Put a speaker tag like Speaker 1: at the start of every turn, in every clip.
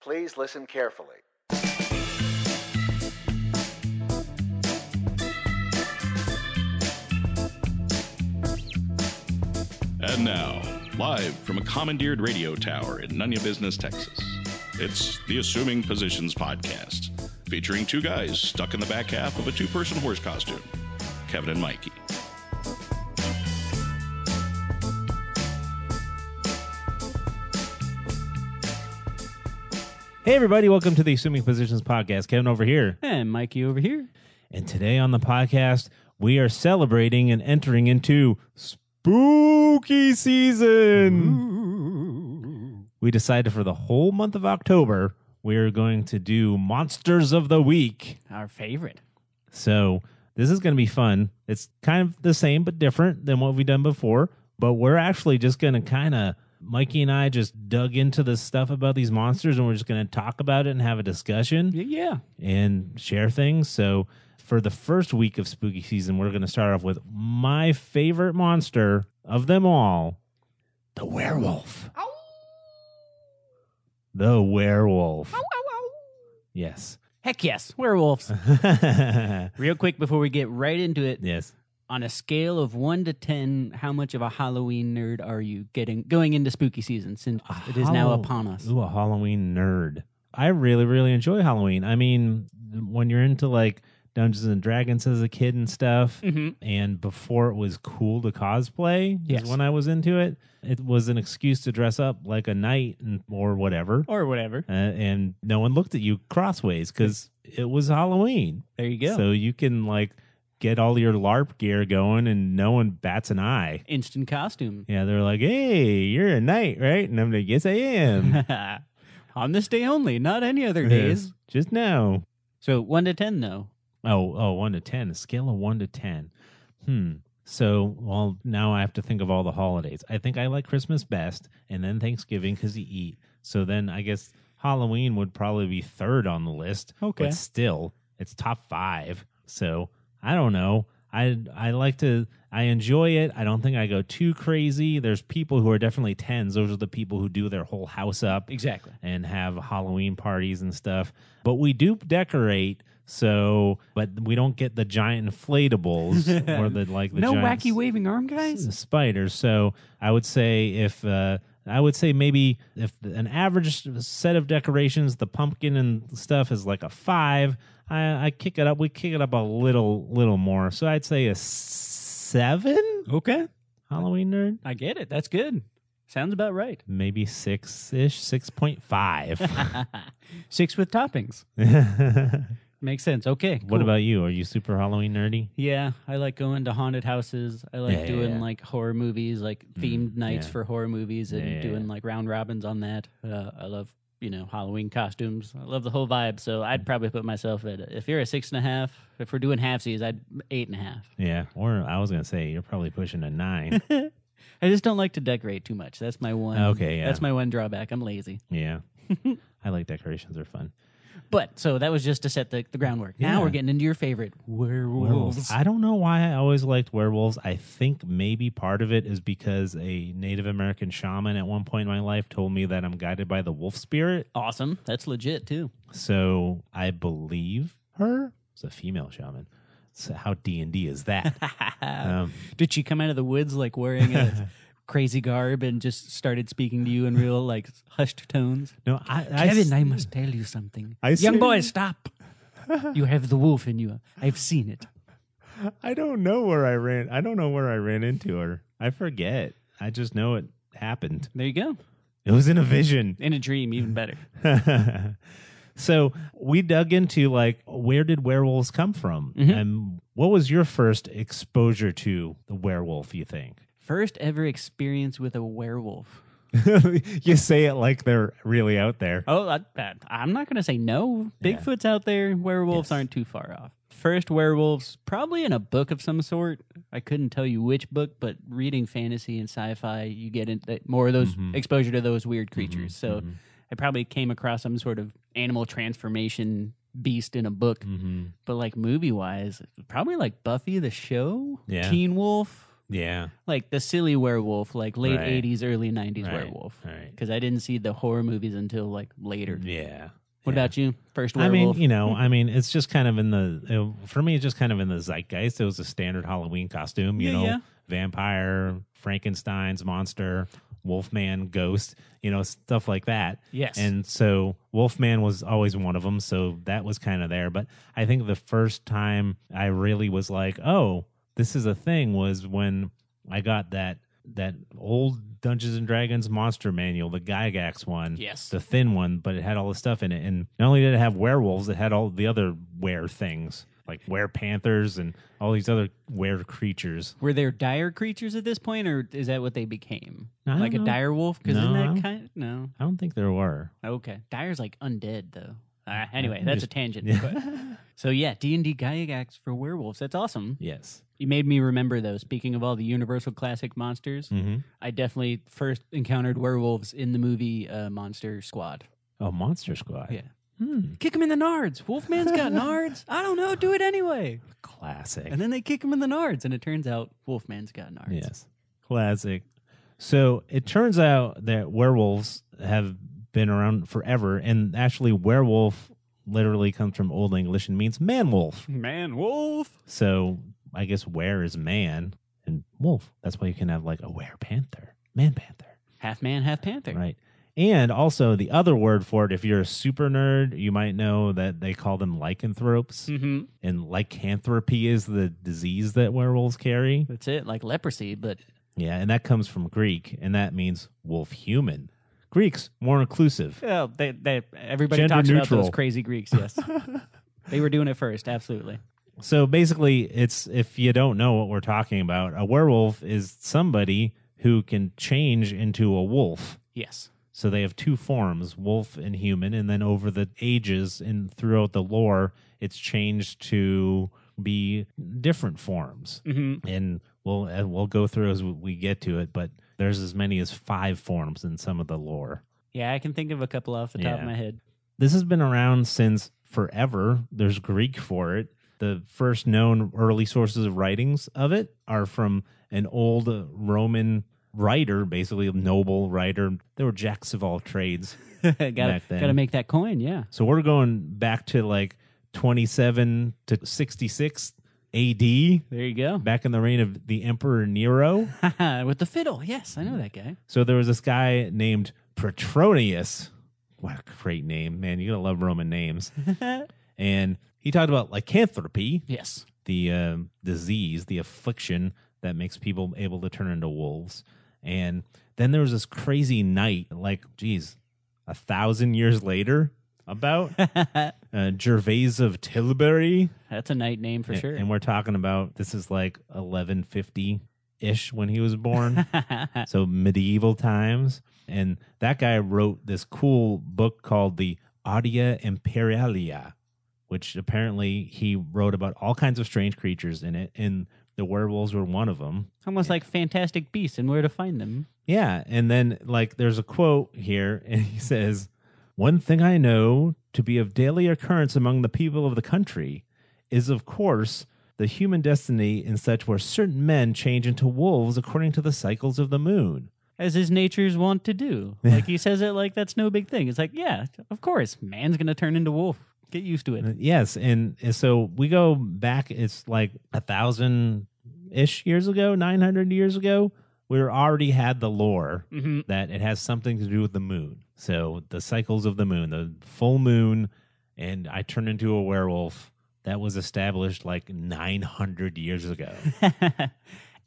Speaker 1: Please listen carefully.
Speaker 2: And now, live from a commandeered radio tower in Nunya Business, Texas, it's the Assuming Positions Podcast, featuring two guys stuck in the back half of a two person horse costume Kevin and Mikey.
Speaker 3: Hey, everybody, welcome to the Assuming Positions Podcast. Kevin over here.
Speaker 4: And Mikey over here.
Speaker 3: And today on the podcast, we are celebrating and entering into spooky season. We decided for the whole month of October, we are going to do Monsters of the Week.
Speaker 4: Our favorite.
Speaker 3: So this is going to be fun. It's kind of the same, but different than what we've done before. But we're actually just going to kind of, Mikey and I just dug into the stuff about these monsters and we're just going to talk about it and have a discussion.
Speaker 4: Y- Yeah.
Speaker 3: and share things. So for the first week of spooky season, we're going to start off with my favorite monster of them all, the werewolf. The werewolf. Yes.
Speaker 4: Heck yes. Werewolves. Real quick before we get right into it,
Speaker 3: yes.
Speaker 4: on a scale of one to ten, how much of a Halloween nerd are you getting going into spooky season since
Speaker 3: A
Speaker 4: it is now
Speaker 3: Hallow-
Speaker 4: upon us?
Speaker 3: Ooh, a Halloween nerd. I really, really enjoy Halloween. I mean, when you're into like Dungeons and Dragons as a kid and stuff,
Speaker 4: Mm-hmm.
Speaker 3: and before it was cool to cosplay
Speaker 4: Yes.
Speaker 3: is when I was into it. It was an excuse to dress up like a knight and, or whatever,
Speaker 4: Or whatever.
Speaker 3: uh, and no one looked at you crossways because it was Halloween.
Speaker 4: There you go.
Speaker 3: So you can like get all your LARP gear going, and no one bats an eye.
Speaker 4: Instant costume.
Speaker 3: Yeah, they're like, "Hey, you're a knight, right?" And I'm like, "Yes, I am."
Speaker 4: Um, on this day only, not any other
Speaker 3: Yes,
Speaker 4: days.
Speaker 3: just now.
Speaker 4: So one to ten though.
Speaker 3: Oh, oh, one to ten. A scale of one to ten. Hmm. So, well, now I have to think of all the holidays. I think I like Christmas best, and then Thanksgiving because you eat. So then I guess Halloween would probably be third on the list.
Speaker 4: Okay.
Speaker 3: but still, it's top five. So I don't know. I I like to. I enjoy it. I don't think I go too crazy. There's people who are definitely tens. Those are the people who do their whole house up
Speaker 4: Exactly.
Speaker 3: and have Halloween parties and stuff. But we do decorate, so but we don't get the giant inflatables or the like the
Speaker 4: no
Speaker 3: giant
Speaker 4: wacky waving arm guys?
Speaker 3: s- spiders. So I would say if uh, I would say maybe if an average set of decorations, the pumpkin and stuff is like a five. I, I kick it up. We kick it up a little little more. So I'd say a seven.
Speaker 4: Okay.
Speaker 3: Halloween nerd.
Speaker 4: I get it. That's good. Sounds about right.
Speaker 3: Maybe six ish, six point five.
Speaker 4: Six with toppings. Makes sense. Okay.
Speaker 3: What
Speaker 4: cool.
Speaker 3: about you? Are you super Halloween nerdy?
Speaker 4: Yeah, I like going to haunted houses. I like
Speaker 3: Yeah, yeah,
Speaker 4: doing
Speaker 3: yeah.
Speaker 4: like horror movies, like themed
Speaker 3: Mm,
Speaker 4: nights
Speaker 3: yeah.
Speaker 4: for horror movies, and
Speaker 3: Yeah, yeah,
Speaker 4: doing
Speaker 3: yeah.
Speaker 4: like round robins on that. Uh, I love you know Halloween costumes. I love the whole vibe. So
Speaker 3: Mm.
Speaker 4: I'd probably put myself at if you're a six and a half. If we're doing halfsies, I'd eight and a half.
Speaker 3: Yeah. Or I was gonna say you're probably pushing a nine.
Speaker 4: I just don't like to decorate too much. That's my one.
Speaker 3: Okay, yeah.
Speaker 4: That's my one drawback. I'm lazy.
Speaker 3: yeah. I like decorations; they're fun.
Speaker 4: But so that was just to set the, the groundwork. Now
Speaker 3: Yeah.
Speaker 4: we're getting into your favorite werewolves.
Speaker 3: I don't know why I always liked werewolves. I think maybe part of it is because a Native American shaman at one point in my life told me that I'm guided by the wolf spirit.
Speaker 4: Awesome. That's legit too.
Speaker 3: So I believe her. It's a female shaman. So how D and D is that? Um,
Speaker 4: Did she come out of the woods like wearing a crazy garb and just started speaking to you in real like hushed tones?
Speaker 3: no, I, I
Speaker 4: Kevin, I must tell you something.
Speaker 3: I
Speaker 4: Young
Speaker 3: see.
Speaker 4: boy, stop. you have the wolf in you. I've seen it.
Speaker 3: I don't know where I ran. I don't know where I ran into her. I forget. I just know it happened.
Speaker 4: There you go.
Speaker 3: It was in a vision.
Speaker 4: In a dream, even better.
Speaker 3: so we dug into like where did werewolves come from,
Speaker 4: Mhm.
Speaker 3: and what was your first exposure to the werewolf? You think?
Speaker 4: First ever experience with a werewolf.
Speaker 3: you say it like they're really out there.
Speaker 4: Oh, I, I- I'm not going to say no.
Speaker 3: Yeah.
Speaker 4: Bigfoot's out there. Werewolves
Speaker 3: Yes.
Speaker 4: aren't too far off. First werewolves, probably in a book of some sort. I couldn't tell you which book, but reading fantasy and sci-fi, you get in, that- more of those
Speaker 3: Mhm.
Speaker 4: exposure to those weird creatures. so
Speaker 3: mhm.
Speaker 4: I probably came across some sort of animal transformation beast in a book,
Speaker 3: Mhm.
Speaker 4: but like movie wise, probably like Buffy the Show,
Speaker 3: Yeah.
Speaker 4: Teen Wolf,
Speaker 3: Yeah.
Speaker 4: like the silly werewolf, like late
Speaker 3: Right.
Speaker 4: 80s, early 90s
Speaker 3: Right.
Speaker 4: werewolf.
Speaker 3: All right.
Speaker 4: Because I didn't see the horror movies until like later.
Speaker 3: Yeah.
Speaker 4: What
Speaker 3: Yeah.
Speaker 4: about you? First
Speaker 3: I
Speaker 4: werewolf.
Speaker 3: mean, you know, I mean, it's just kind of in the uh, for me, it's just kind of in the zeitgeist. It was a standard Halloween costume, you
Speaker 4: Yeah,
Speaker 3: know,
Speaker 4: yeah.
Speaker 3: vampire, Frankenstein's monster, Wolfman, ghost, you know, stuff like that.
Speaker 4: Yes.
Speaker 3: And so Wolfman was always one of them, so that was kind of there. But I think the first time I really was like, "Oh, this is a thing," was when I got that that old Dungeons and Dragons monster manual, the Gygax one
Speaker 4: yes.
Speaker 3: the thin one, but it had all the stuff in it. And not only did it have werewolves, it had all the other were things, like were panthers and all these other were creatures.
Speaker 4: Were there dire creatures at this point, or is that what they became?
Speaker 3: I don't
Speaker 4: Like a
Speaker 3: know.
Speaker 4: dire wolf? Because
Speaker 3: No, I
Speaker 4: isn't
Speaker 3: don't-
Speaker 4: that kind? No.
Speaker 3: I don't think there were.
Speaker 4: Okay. Dire's like undead though. Uh, anyway,
Speaker 3: I'm
Speaker 4: that's a
Speaker 3: just-
Speaker 4: tangent.
Speaker 3: Yeah.
Speaker 4: But, so yeah, D and D Gygax for werewolves. That's awesome.
Speaker 3: Yes.
Speaker 4: You made me remember though. Speaking of all the Universal classic monsters,
Speaker 3: Mm-hmm.
Speaker 4: I definitely first encountered werewolves in the movie uh, Monster Squad.
Speaker 3: Oh, Monster Squad.
Speaker 4: Yeah.
Speaker 3: Hmm.
Speaker 4: Kick him in the nards. Wolfman's got nards. I don't know. Do it anyway.
Speaker 3: Classic.
Speaker 4: And then they kick him in the nards, and it turns out Wolfman's got nards.
Speaker 3: Yes. Classic. So it turns out that werewolves have been around forever, and actually, werewolf literally comes from Old English and means man wolf.
Speaker 4: Man, wolf.
Speaker 3: So I guess where is man and wolf? That's why you can have like a were panther, man panther,
Speaker 4: Half man, half panther.
Speaker 3: right? And also the other word for it, if you're a super nerd, you might know that they call them lycanthropes,
Speaker 4: Mm-hmm.
Speaker 3: and lycanthropy is the disease that werewolves carry.
Speaker 4: That's it. Like leprosy, but
Speaker 3: Yeah, and that comes from Greek, and that means wolf human. Greeks more inclusive.
Speaker 4: Well, they, they, everybody
Speaker 3: Gender
Speaker 4: talks about
Speaker 3: neutral.
Speaker 4: those crazy Greeks. Yes, they were doing it first. Absolutely.
Speaker 3: So basically, it's if you don't know what we're talking about, a werewolf is somebody who can change into a wolf.
Speaker 4: Yes.
Speaker 3: So they have two forms, wolf and human, and then over the ages and throughout the lore, it's changed to be different forms.
Speaker 4: hmm
Speaker 3: And we'll and we'll go through as we get to it, but there's as many as five forms in some of the lore.
Speaker 4: Yeah, I can think of a couple off the top
Speaker 3: Yeah.
Speaker 4: of my head.
Speaker 3: This has been around since forever. There's Greek for it. The first known early sources of writings of it are from an old Roman writer, basically a noble writer. They were jacks of all trades.
Speaker 4: gotta
Speaker 3: Back then.
Speaker 4: gotta make that coin. Yeah.
Speaker 3: So we're going back to like 27 to 66 AD,
Speaker 4: There you go.
Speaker 3: back in the reign of the Emperor Nero.
Speaker 4: With the fiddle. Yes, I know that guy.
Speaker 3: So there was this guy named Petronius. What a great name, man. You gotta love Roman names. And he talked about lycanthropy,
Speaker 4: yes.
Speaker 3: the uh, disease, the affliction that makes people able to turn into wolves. And then there was this crazy knight, like, geez, a thousand years later, about
Speaker 4: That's
Speaker 3: uh, Gervais of Tilbury.
Speaker 4: a night name for
Speaker 3: A-
Speaker 4: sure.
Speaker 3: And we're talking about this is like 1150 ish when he was born. so medieval times. And that guy wrote this cool book called the Audia Imperialia, which apparently he wrote about all kinds of strange creatures in it. And the werewolves were one of them.
Speaker 4: Almost like Fantastic Beasts and where to find them.
Speaker 3: Yeah. And then, like, there's a quote here, and he says, One thing I know to be of daily occurrence among the people of the country is, of course, the human destiny in such where certain men change into wolves according to the cycles of the moon.
Speaker 4: As his natures want to do. Like he says it like that's no big thing. It's like, yeah, of course, man's gonna turn into wolf. Get used to it.
Speaker 3: Yes. And, and so we go back, it's like a thousand ish years ago, 900 years ago. We already had the lore
Speaker 4: Mm-hmm.
Speaker 3: that it has something to do with the moon. So the cycles of the moon, the full moon, and I turn into a werewolf. That was established like 900 years ago.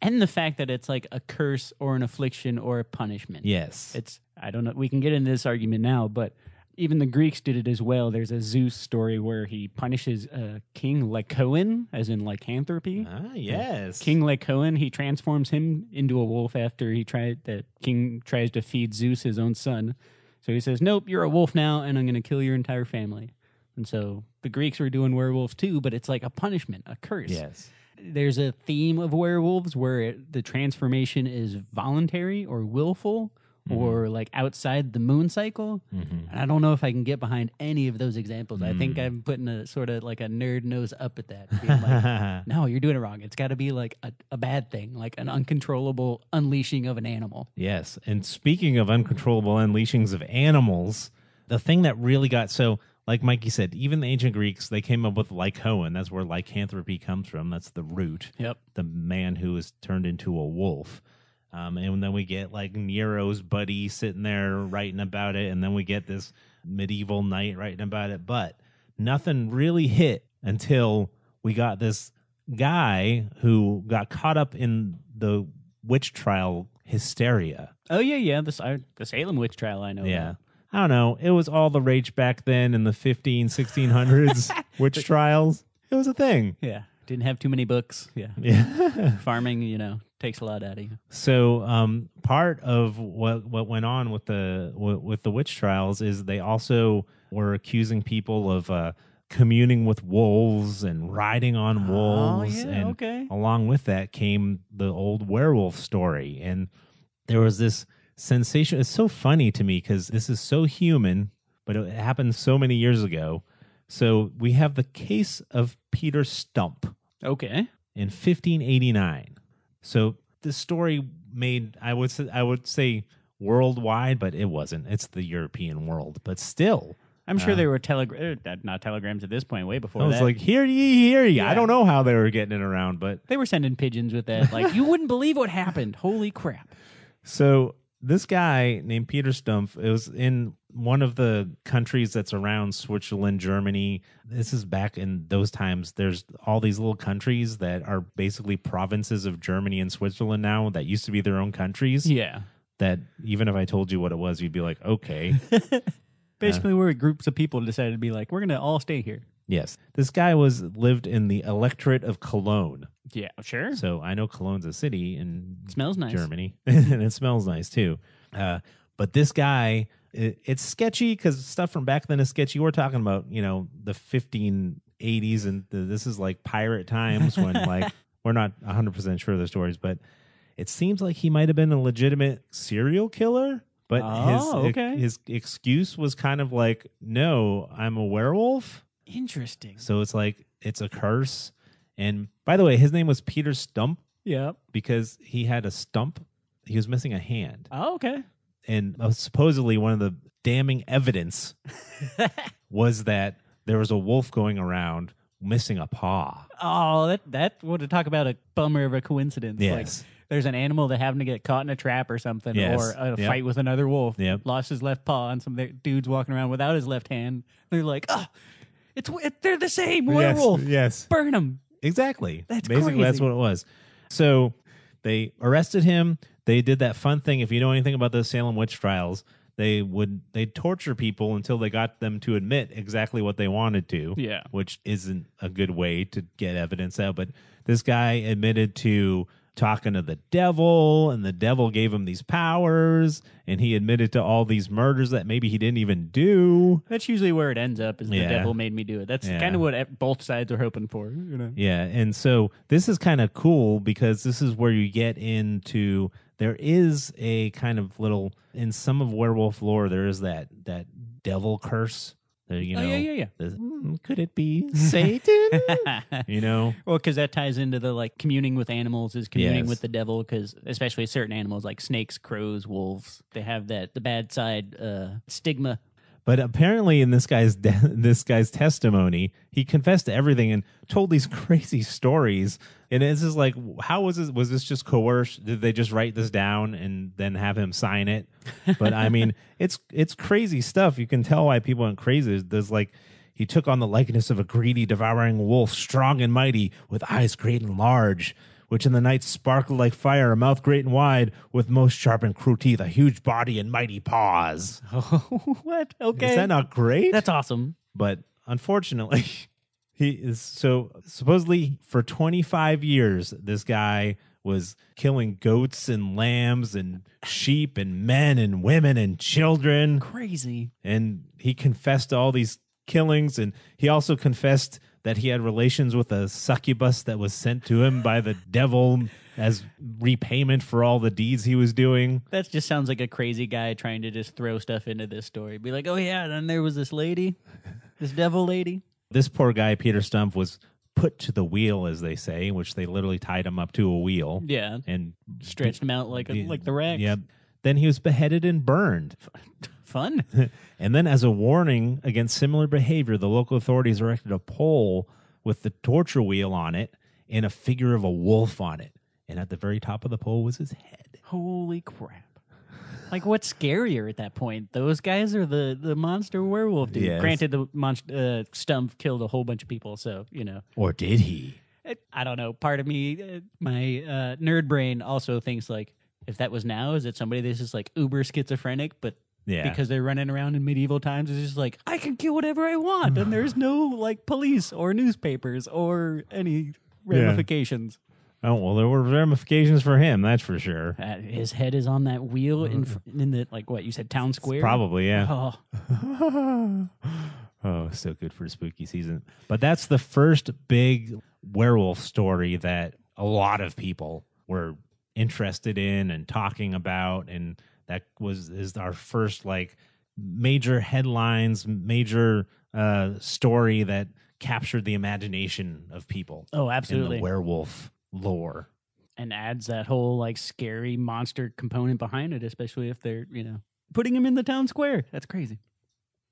Speaker 4: and the fact that it's like a curse or an affliction or a punishment.
Speaker 3: Yes.
Speaker 4: It's I don't know. We can get into this argument now, but even the Greeks did it as well. There's a Zeus story where he punishes uh, King Lycoan, as in lycanthropy.
Speaker 3: ah, yes.
Speaker 4: King Lycoan, he transforms him into a wolf after he tried that King tries to feed Zeus his own son. So he says, "Nope, you're a wolf now, and I'm going to kill your entire family." And so the Greeks were doing werewolves too, but it's like a punishment, a curse
Speaker 3: Yes.
Speaker 4: there's a theme of werewolves where it, the transformation is voluntary or willful or like outside the moon cycle.
Speaker 3: Mhm.
Speaker 4: And I don't know if I can get behind any of those examples. I think
Speaker 3: Mm.
Speaker 4: I'm putting a sort of like a nerd nose up at that. Being like, no, you're doing it wrong. It's got to be like a, a bad thing, like an uncontrollable unleashing of an animal.
Speaker 3: Yes. And speaking of uncontrollable unleashings of animals, the thing that really got so, like Mikey said, even the ancient Greeks, they came up with lycoan. That's where lycanthropy comes from. That's the root,
Speaker 4: Yep.
Speaker 3: the man who is turned into a wolf. Um, and then we get like Nero's buddy sitting there writing about it. And then we get this medieval knight writing about it. But nothing really hit until we got this guy who got caught up in the witch trial hysteria.
Speaker 4: Oh yeah, yeah. The, Sa- the Salem witch trial. I know.
Speaker 3: Yeah. I don't know. It was all the rage back then in the 15, 1600s, witch trials. It was a thing.
Speaker 4: about. Yeah. Didn't have too many books. Yeah.
Speaker 3: Yeah.
Speaker 4: Farming, you know, takes a lot out of you.
Speaker 3: So um, part of what what went on with the w- with the witch trials is they also were accusing people of uh, communing with wolves and riding on wolves,
Speaker 4: Oh, yeah,
Speaker 3: and
Speaker 4: okay.
Speaker 3: along with that came the old werewolf story, and there was this sensation. It's so funny to me because this is so human, but it happened so many years ago. So we have the case of Peter Stump
Speaker 4: Okay.
Speaker 3: in 1589. So this story made I would say, I would say worldwide, but it wasn't. It's the European world, but still,
Speaker 4: I'm sure
Speaker 3: Uh,
Speaker 4: there were telegrams, not telegrams at this point, way before
Speaker 3: I was
Speaker 4: that.
Speaker 3: like, "Hear ye, hear ye!"
Speaker 4: Yeah.
Speaker 3: I don't know how they were getting it around, but
Speaker 4: they were sending pigeons with that. Like, you wouldn't believe what happened. Holy crap.
Speaker 3: So this guy named Peter Stumpf, it was in one of the countries that's around Switzerland, Germany. This is back in those times. There's all these little countries that are basically provinces of Germany and Switzerland now that used to be their own countries.
Speaker 4: Yeah.
Speaker 3: That even if I told you what it was, you'd be like, okay.
Speaker 4: Basically, we were groups of people decided to be like, we're going to all stay here.
Speaker 3: yes. This guy was lived in the electorate of Cologne.
Speaker 4: Yeah, sure.
Speaker 3: So I know Cologne's a city and
Speaker 4: Smells nice.
Speaker 3: Germany, and it smells nice too. Uh, but this guy, it, it's sketchy because stuff from back then is sketchy. We're talking about you know the 1580s, and the, this is like pirate times when like we're not 100 percent sure of the stories, but it seems like he might have been a legitimate serial killer. But
Speaker 4: Oh,
Speaker 3: his e,
Speaker 4: okay.
Speaker 3: his excuse was kind of like, "No, I'm a werewolf."
Speaker 4: Interesting.
Speaker 3: So it's like it's a curse. And by the way, his name was Peter Stump
Speaker 4: Yeah.
Speaker 3: because he had a stump. He was missing a hand.
Speaker 4: Oh, okay.
Speaker 3: And uh, supposedly, one of the damning evidence was that there was a wolf going around missing a paw.
Speaker 4: oh, that that would talk about a bummer of a coincidence.
Speaker 3: Yes.
Speaker 4: Like, there's an animal that happened to get caught in a trap or something,
Speaker 3: Yes.
Speaker 4: or a
Speaker 3: Yep.
Speaker 4: fight with another wolf.
Speaker 3: Yep.
Speaker 4: Lost his left paw, and some there- dudes walking around without his left hand. They're like, oh, it's it, they're the same werewolf.
Speaker 3: Yes.
Speaker 4: Burn them.
Speaker 3: Exactly.
Speaker 4: That's
Speaker 3: Basically, that's
Speaker 4: crazy.
Speaker 3: what it was. So they arrested him. They did that fun thing. If you know anything about the Salem witch trials, they would they torture people until they got them to admit exactly what they wanted to.
Speaker 4: Yeah.
Speaker 3: which isn't a good way to get evidence out. But this guy admitted to talking to the devil, and the devil gave him these powers, and he admitted to all these murders that maybe he didn't even do.
Speaker 4: That's usually where it ends up. Is the
Speaker 3: Yeah.
Speaker 4: devil made me do it? That's
Speaker 3: Yeah.
Speaker 4: kind of what e- both sides are hoping for. You know.
Speaker 3: Yeah, and so this is kind of cool because this is where you get into there is a kind of little in some of werewolf lore there is that that devil curse. That, you know,
Speaker 4: oh yeah, yeah, yeah.
Speaker 3: the, "Hmm, could it be Satan? you know,
Speaker 4: Well, because that ties into the like communing with animals is communing
Speaker 3: Yes.
Speaker 4: with the devil. Because especially certain animals like snakes, crows, wolves, they have that the bad side uh, stigma.
Speaker 3: But apparently, in this guy's this guy's testimony, he confessed to everything and told these crazy stories. And this is like, how was this? Was this just coerced? Did they just write this down and then have him sign it? But I mean, it's it's crazy stuff. You can tell why people went crazy. There's like. He took on the likeness of a greedy, devouring wolf, strong and mighty, with eyes great and large, which in the night sparkled like fire, a mouth great and wide, with most sharp and cruel teeth, a huge body and mighty paws.
Speaker 4: what? Okay,
Speaker 3: Is that not great?
Speaker 4: that's awesome.
Speaker 3: but unfortunately he is so supposedly for 25 years this guy was killing goats and lambs and sheep and men and women and children
Speaker 4: Crazy.
Speaker 3: and he confessed to all these killings and he also confessed that he had relations with a succubus that was sent to him by the devil as repayment for all the deeds he was doing.
Speaker 4: That just sounds like a crazy guy trying to just throw stuff into this story. Be like, oh yeah, then there was this lady, this devil lady.
Speaker 3: This poor guy, Peter Stump, was put to the wheel, as they say, which they literally tied him up to a wheel
Speaker 4: Yeah,
Speaker 3: and
Speaker 4: stretched him out like a, like the rack.
Speaker 3: Yep. Then he was beheaded and burned.
Speaker 4: fun.
Speaker 3: And then, as a warning against similar behavior, the local authorities erected a pole with the torture wheel on it and a figure of a wolf on it. And at the very top of the pole was his head.
Speaker 4: Holy crap! Like, what's scarier at that point? Those guys are the the monster werewolf dude.
Speaker 3: Yes.
Speaker 4: Granted, the monster uh, stump killed a whole bunch of people, so you know.
Speaker 3: Or did he?
Speaker 4: It- I don't know. Part of me, uh, my uh, nerd brain, also thinks like, if that was now, is it somebody that's just like uber schizophrenic, but
Speaker 3: Yeah.
Speaker 4: because they're running around in medieval times it's just like i can kill whatever i want and there's no like police or newspapers or any ramifications
Speaker 3: oh, well, there were ramifications for him, that's for sure.
Speaker 4: Uh, his head is on that wheel in fr- in the like what you said town square
Speaker 3: Mm. Probably, yeah.
Speaker 4: oh
Speaker 3: oh, so good for spooky season. But that's the first big werewolf story that a lot of people were interested in and talking about and that was is our first like major headlines, major uh story that captured the imagination of people
Speaker 4: oh
Speaker 3: in
Speaker 4: absolutely
Speaker 3: the werewolf lore.
Speaker 4: and adds that whole like scary monster component behind it especially if they're you know putting him in the town square that's crazy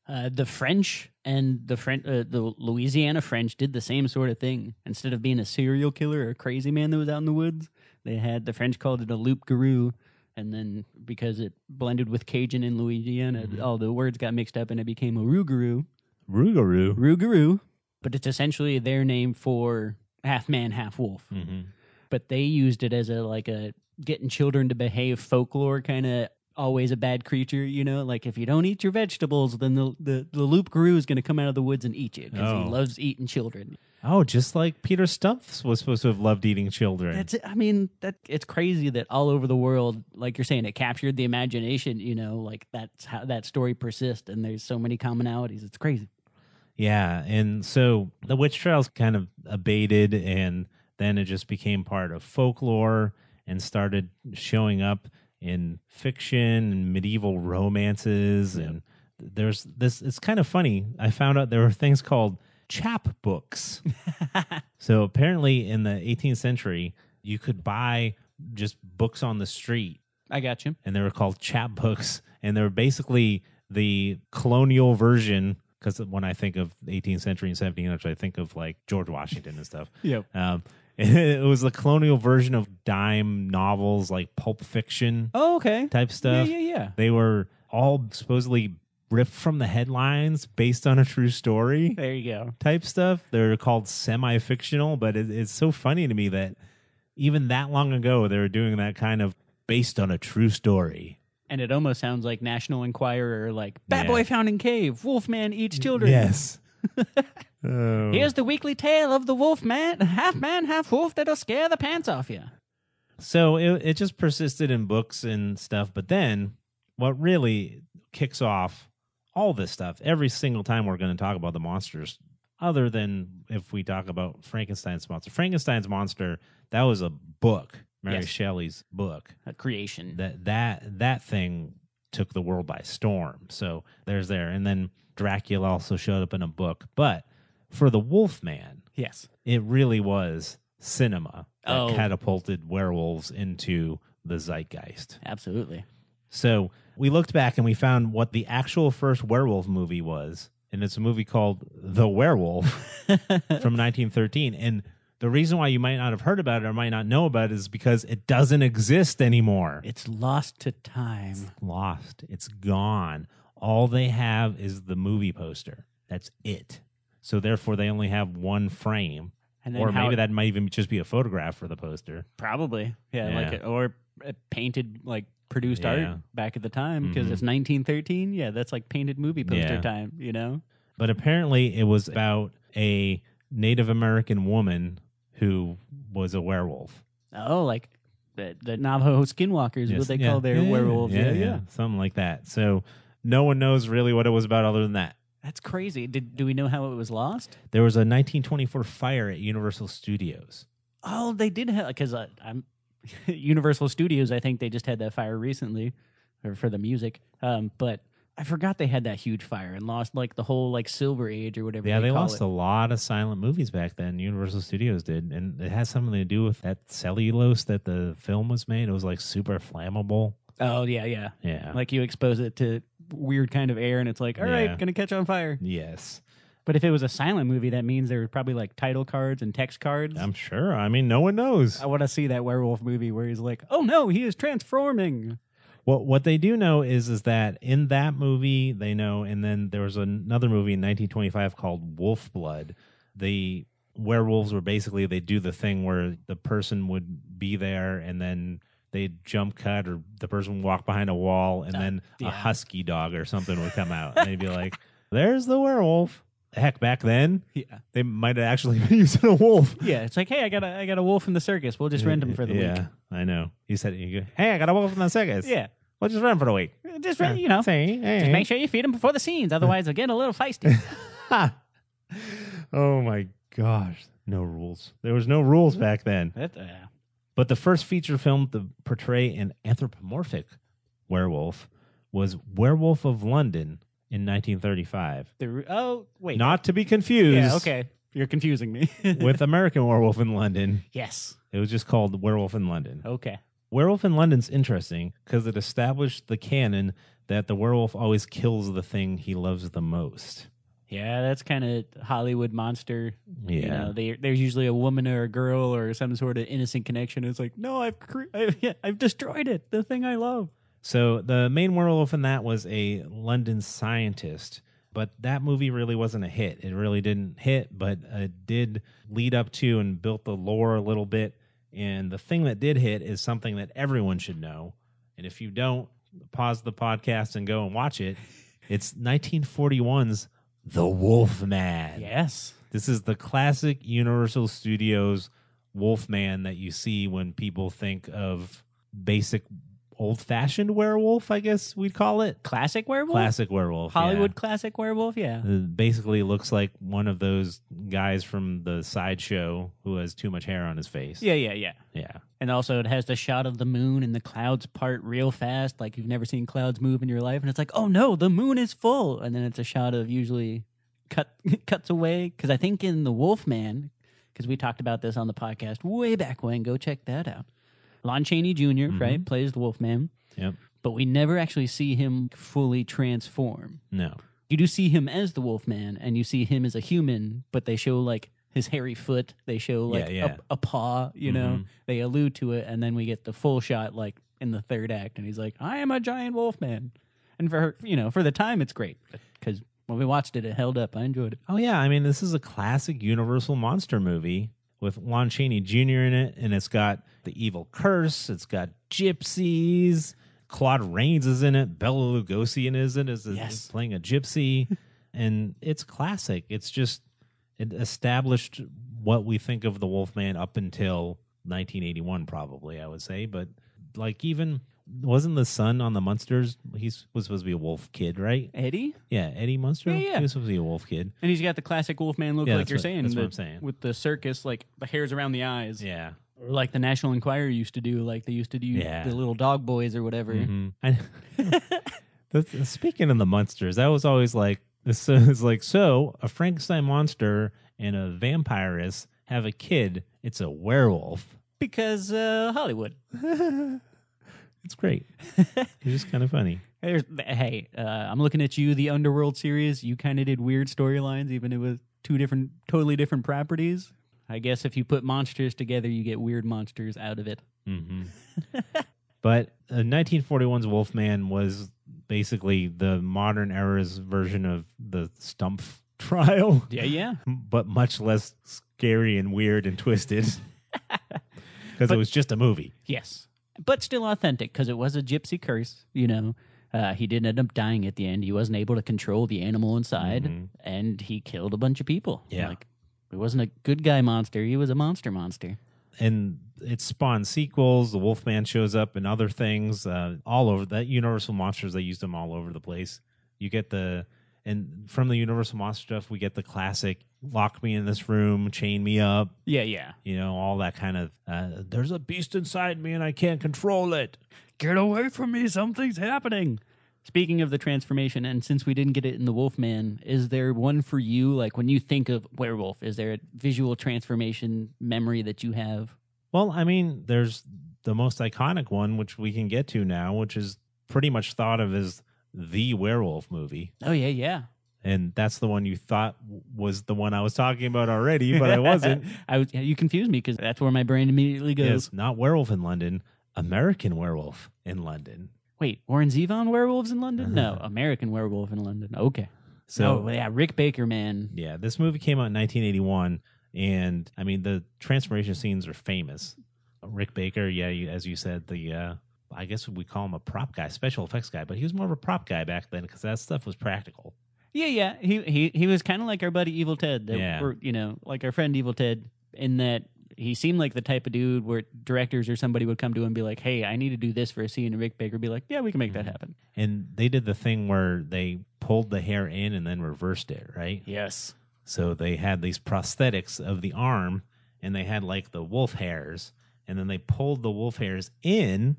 Speaker 4: uh, the French and the French, uh, the Louisiana French did the same sort of thing. Instead of being a serial killer or a crazy man that was out in the woods, they had the French called it a loup garou, and then because it blended with Cajun in Louisiana,
Speaker 3: Mhm.
Speaker 4: all the words got mixed up and it became a rougarou,
Speaker 3: Rougarou.
Speaker 4: rougarou. But it's essentially their name for half man, half wolf
Speaker 3: Mm-hmm.
Speaker 4: but they used it as a like a getting children to behave folklore kind of always a bad creature you know like if you don't eat your vegetables then the the, the loop guru is going to come out of the woods and eat you because
Speaker 3: Oh.
Speaker 4: he loves eating children
Speaker 3: Oh, just like Peter Stumpf was supposed to have loved eating children.
Speaker 4: that's it. i mean that it's crazy that all over the world like you're saying it captured the imagination you know like that's how that story persists and there's so many commonalities it's crazy
Speaker 3: Yeah, and so the witch trials kind of abated, and then it just became part of folklore and started showing up in fiction and medieval romances. And there's this. It's kind of funny. I found out there were things called chap books. so apparently, in the 18th century, you could buy just books on the street
Speaker 4: i got you
Speaker 3: and they were called chapbooks and they were basically the colonial version because when i think of 18th century and 17th century i think of like george washington and stuff
Speaker 4: yep
Speaker 3: um, it was the colonial version of dime novels like pulp fiction
Speaker 4: oh okay
Speaker 3: type stuff
Speaker 4: yeah yeah yeah
Speaker 3: they were all supposedly ripped from the headlines based on a true story
Speaker 4: there you go
Speaker 3: type stuff. They're called semi fictional, but it, it's so funny to me that even that long ago, they were doing that kind of based on a true story.
Speaker 4: and it almost sounds like National Enquirer, like Bat
Speaker 3: Yeah.
Speaker 4: Boy found in cave, Wolfman eats children.
Speaker 3: Yes. Oh.
Speaker 4: Here's the weekly tale of the wolf man, half man, half wolf that'll scare the pants off you.
Speaker 3: So it, it just persisted in books and stuff. But then what really kicks off all this stuff every single time we're going to talk about the monsters, other than if we talk about Frankenstein's monster. Frankenstein's monster, that was a book, Mary
Speaker 4: Yes.
Speaker 3: Shelley's book.
Speaker 4: A creation.
Speaker 3: that that that thing took the world by storm. So there's there, and then Dracula also showed up in a book. But for the Wolfman,
Speaker 4: Yes.
Speaker 3: it really was cinema that
Speaker 4: Oh.
Speaker 3: catapulted werewolves into the zeitgeist.
Speaker 4: Absolutely.
Speaker 3: So we looked back and we found what the actual first werewolf movie was, and it's a movie called The Werewolf from 1913. And the reason why you might not have heard about it or might not know about it is because it doesn't exist anymore.
Speaker 4: it's lost to time.
Speaker 3: lost. It's gone. All they have is the movie poster. That's it. So therefore, they only have one frame,
Speaker 4: And
Speaker 3: or
Speaker 4: how
Speaker 3: maybe
Speaker 4: it-
Speaker 3: that might even just be a photograph for the poster.
Speaker 4: probably. Yeah, like
Speaker 3: Yeah.
Speaker 4: it, or uh, painted like produced
Speaker 3: Yeah.
Speaker 4: art back at the time because
Speaker 3: Mhm.
Speaker 4: it's 1913. Yeah, that's like painted movie poster
Speaker 3: Yeah.
Speaker 4: time, you know?
Speaker 3: But apparently, it was about a Native American woman who was a werewolf.
Speaker 4: Oh, like the, the Navajo skinwalkers,
Speaker 3: Yes.
Speaker 4: what they
Speaker 3: Yeah.
Speaker 4: call their
Speaker 3: Yeah, yeah,
Speaker 4: werewolves.
Speaker 3: yeah, yeah, something like that. So no one knows really what it was about other than that.
Speaker 4: That's crazy. Did do we know how it was lost?
Speaker 3: There was a 1924 fire at Universal Studios.
Speaker 4: Oh, they did have because I'm Universal Studios, I think they just had that fire recently, or for the music. Um, but I forgot they had that huge fire and lost like the whole like Silver Age or whatever.
Speaker 3: Yeah, they
Speaker 4: call
Speaker 3: lost
Speaker 4: it.
Speaker 3: a lot of silent movies back then. Universal Studios did, and it has something to do with that cellulose that the film was made. It was like super flammable.
Speaker 4: Oh yeah, yeah.
Speaker 3: Yeah.
Speaker 4: Like you expose it to weird kind of air, and it's like, all
Speaker 3: Yeah.
Speaker 4: right, gonna catch on fire.
Speaker 3: yes,
Speaker 4: But if it was a silent movie, that means there were probably like title cards and text cards.
Speaker 3: I'm sure. I mean, no one knows.
Speaker 4: I want to see that werewolf movie where he's like, "Oh no, he is transforming."
Speaker 3: Well, what they do know is is that in that movie they know, and then there was another movie in 1925 called Wolf Blood. The werewolves were basically they do the thing where the person would be there, and then they jump cut, or the person would walk behind a wall, and
Speaker 4: Uh,
Speaker 3: then
Speaker 4: yeah.
Speaker 3: a husky dog or something would come out, and they'd be like, "There's the werewolf." Heck, back then
Speaker 4: Yeah,
Speaker 3: they might have actually been using a wolf.
Speaker 4: yeah. It's like, hey, I got a, I got a wolf in the circus. We'll just rent him for the
Speaker 3: yeah,
Speaker 4: week.
Speaker 3: I know. You said you go, "Hey, I got a wolf in the circus."
Speaker 4: Yeah,
Speaker 3: we'll just rent him for the week.
Speaker 4: just rent, you know,
Speaker 3: Say,
Speaker 4: just
Speaker 3: hey.
Speaker 4: make sure you feed him before the scenes.
Speaker 3: Eh.
Speaker 4: Otherwise, they'll get a little feisty.
Speaker 3: oh my gosh. No rules. There was no rules back then.
Speaker 4: That, uh,
Speaker 3: But the first feature film to portray an anthropomorphic werewolf was Werewolf of London in 1935.
Speaker 4: the, oh wait,
Speaker 3: Not to be confused
Speaker 4: yeah, okay. You're confusing me.
Speaker 3: with American Werewolf in London.
Speaker 4: yes,
Speaker 3: It was just called Werewolf in London.
Speaker 4: okay.
Speaker 3: Werewolf in London's interesting because it established the canon that the werewolf always kills the thing he loves the most.
Speaker 4: Yeah, that's kind of Hollywood monster.
Speaker 3: Yeah.
Speaker 4: You know, they, there's usually a woman or a girl or some sort of innocent connection. It's like, no, I've cre- I've, yeah, I've destroyed it, the thing I love.
Speaker 3: So the main werewolf in that was a London scientist, but that movie really wasn't a hit. It really didn't hit, but it did lead up to and built the lore a little bit. And the thing that did hit is something that everyone should know. And if you don't, pause the podcast and go and watch it. It's 1941's The Wolfman.
Speaker 4: Yes.
Speaker 3: This is the classic Universal Studios Wolfman that you see when people think of basic old fashioned werewolf, I guess we'd call it.
Speaker 4: Classic werewolf?
Speaker 3: Classic werewolf. yeah.
Speaker 4: Hollywood classic werewolf, yeah.
Speaker 3: Uh, Basically looks like one of those guys from the sideshow who has too much hair on his face.
Speaker 4: Yeah, yeah, yeah.
Speaker 3: Yeah.
Speaker 4: And also, it has the shot of the moon and the clouds part real fast, like you've never seen clouds move in your life. And it's like, oh no, the moon is full. And then it's a shot of usually cut cuts away because I think in the Wolfman, because we talked about this on the podcast way back when. Go check that out. Lon Chaney junior right, plays the Wolfman,
Speaker 3: Yep.
Speaker 4: but we never actually see him fully transform.
Speaker 3: No.
Speaker 4: you do see him as the Wolfman, and you see him as a human, but they show like his hairy foot. They show like
Speaker 3: Yeah, yeah.
Speaker 4: A, a paw. You know,
Speaker 3: Mhm.
Speaker 4: they allude to it, and then we get the full shot like in the third act, and he's like, "I am a giant Wolfman," and for you know, for the time, it's great because when we watched it, it held up. I enjoyed it.
Speaker 3: Oh yeah, I mean this is a classic Universal monster movie with Lon Chaney Jr. in it, and it's got the evil curse. It's got gypsies. Claude Rains is in it. Bella Lugosi in it is in it. Is, is
Speaker 4: Yes.
Speaker 3: playing a gypsy, and it's classic. It's just it established what we think of the Wolfman up until 1981, probably I would say. But like even wasn't the son on the Munsters? He was supposed to be a wolf kid, right?
Speaker 4: Eddie,
Speaker 3: Yeah, Eddie Munster.
Speaker 4: Yeah, yeah.
Speaker 3: He was supposed to be a wolf kid.
Speaker 4: and he's got the classic Wolfman look,
Speaker 3: Yeah,
Speaker 4: like
Speaker 3: that's
Speaker 4: you're
Speaker 3: what-
Speaker 4: saying.
Speaker 3: that's what
Speaker 4: the-
Speaker 3: I'm saying.
Speaker 4: with the circus, like the hairs around the eyes,
Speaker 3: Yeah.
Speaker 4: or like the National Enquirer used to do, like they used to do
Speaker 3: Yeah. Mm-hmm.
Speaker 4: the little dog boys or whatever.
Speaker 3: I, That's- speaking of the monsters, I was always like, this is like, so a Frankenstein monster and a vampirist have a kid. It's a werewolf.
Speaker 4: because uh, Hollywood.
Speaker 3: It's great. it's just kind of funny.
Speaker 4: There's, hey, uh, I'm looking at you. The Underworld series, you kind of did weird storylines, even it was two different, totally different properties. I guess if you put monsters together, you get weird monsters out of it.
Speaker 3: hmm but uh, 1941's Wolfman was basically the modern era's version of the Stump trial.
Speaker 4: Yeah, yeah.
Speaker 3: but much less scary and weird and twisted because it was just a movie.
Speaker 4: Yes, but still authentic because it was a gypsy curse. You know, uh, he did end up dying at the end. He wasn't able to control the animal inside,
Speaker 3: Mhm.
Speaker 4: and he killed a bunch of people.
Speaker 3: Yeah.
Speaker 4: like he wasn't a good guy monster. He was a monster monster.
Speaker 3: And it spawned sequels. The Wolfman shows up and other things uh, all over that Universal Monsters. They used them all over the place. You get the And from the Universal Monster stuff, we get the classic lock me in this room, chain me up,
Speaker 4: Yeah, yeah.
Speaker 3: you know, all that kind of uh, there's a beast inside me and I can't control it.
Speaker 4: Get away from me, something's happening. Speaking of the transformation, and since we didn't get it in the Wolfman, is there one for you? Like when you think of werewolf, is there a visual transformation memory that you have?
Speaker 3: Well, I mean, there's the most iconic one, which we can get to now, which is pretty much thought of as the werewolf movie.
Speaker 4: Oh yeah, yeah.
Speaker 3: And that's the one you thought w- was the one I was talking about already, but I wasn't.
Speaker 4: I was. You confused me because that's where my brain immediately goes.
Speaker 3: Yes, not werewolf in London, American werewolf in London.
Speaker 4: Wait, Warren Zevon werewolves in London? No, American werewolf in London. Okay.
Speaker 3: So
Speaker 4: oh, yeah, Rick Baker, man.
Speaker 3: Yeah, this movie came out in 1981, and I mean the transformation scenes are famous. Rick Baker, yeah, you, as you said, the uh, I guess we call him a prop guy, special effects guy, but he was more of a prop guy back then because that stuff was practical.
Speaker 4: Yeah, yeah. He he he was kind of like our buddy Evil Ted. That
Speaker 3: Yeah.
Speaker 4: were, you know, like our friend Evil Ted, in that he seemed like the type of dude where directors or somebody would come to him and be like, "Hey, I need to do this for a scene," and Rick Baker would be like, "Yeah, we can make that
Speaker 3: Mm-hmm.
Speaker 4: happen."
Speaker 3: And they did the thing where they pulled the hair in and then reversed it, right?
Speaker 4: Yes.
Speaker 3: So they had these prosthetics of the arm, and they had like the wolf hairs, and then they pulled the wolf hairs in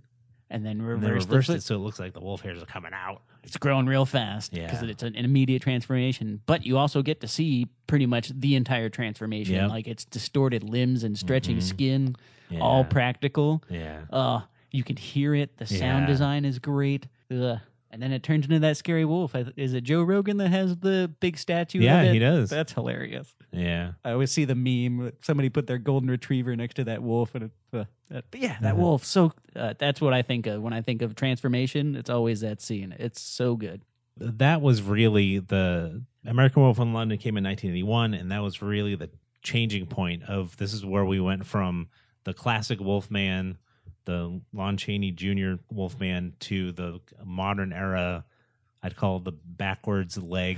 Speaker 4: And then
Speaker 3: and they
Speaker 4: reverse the
Speaker 3: reversed
Speaker 4: flip.
Speaker 3: it, so it looks like the wolf hairs are coming out.
Speaker 4: It's growing real fast because
Speaker 3: Yeah.
Speaker 4: it's an immediate transformation. But you also get to see pretty much the entire transformation,
Speaker 3: Yep. Mm-hmm.
Speaker 4: like it's distorted limbs and stretching skin, all
Speaker 3: Yeah.
Speaker 4: practical.
Speaker 3: Yeah.
Speaker 4: Uh, you can hear it. The sound
Speaker 3: Yeah.
Speaker 4: design is great. Ugh. And then it turns into that scary wolf. I th- Is it Joe Rogan that has the big statue? of
Speaker 3: Yeah,
Speaker 4: it?
Speaker 3: he does.
Speaker 4: That's hilarious.
Speaker 3: Yeah.
Speaker 4: I always see the meme. that Somebody put their golden retriever next to that wolf, and it, uh, that, but yeah, that
Speaker 3: Mhm.
Speaker 4: wolf. So uh, that's what I think of when I think of transformation. It's always that scene. It's so good.
Speaker 3: that was really the American Werewolf in London came in 1981, and that was really the changing point of this is where we went from the classic Wolfman, the Lon Chaney Jr. Wolfman, to the modern era. I'd call it the backwards leg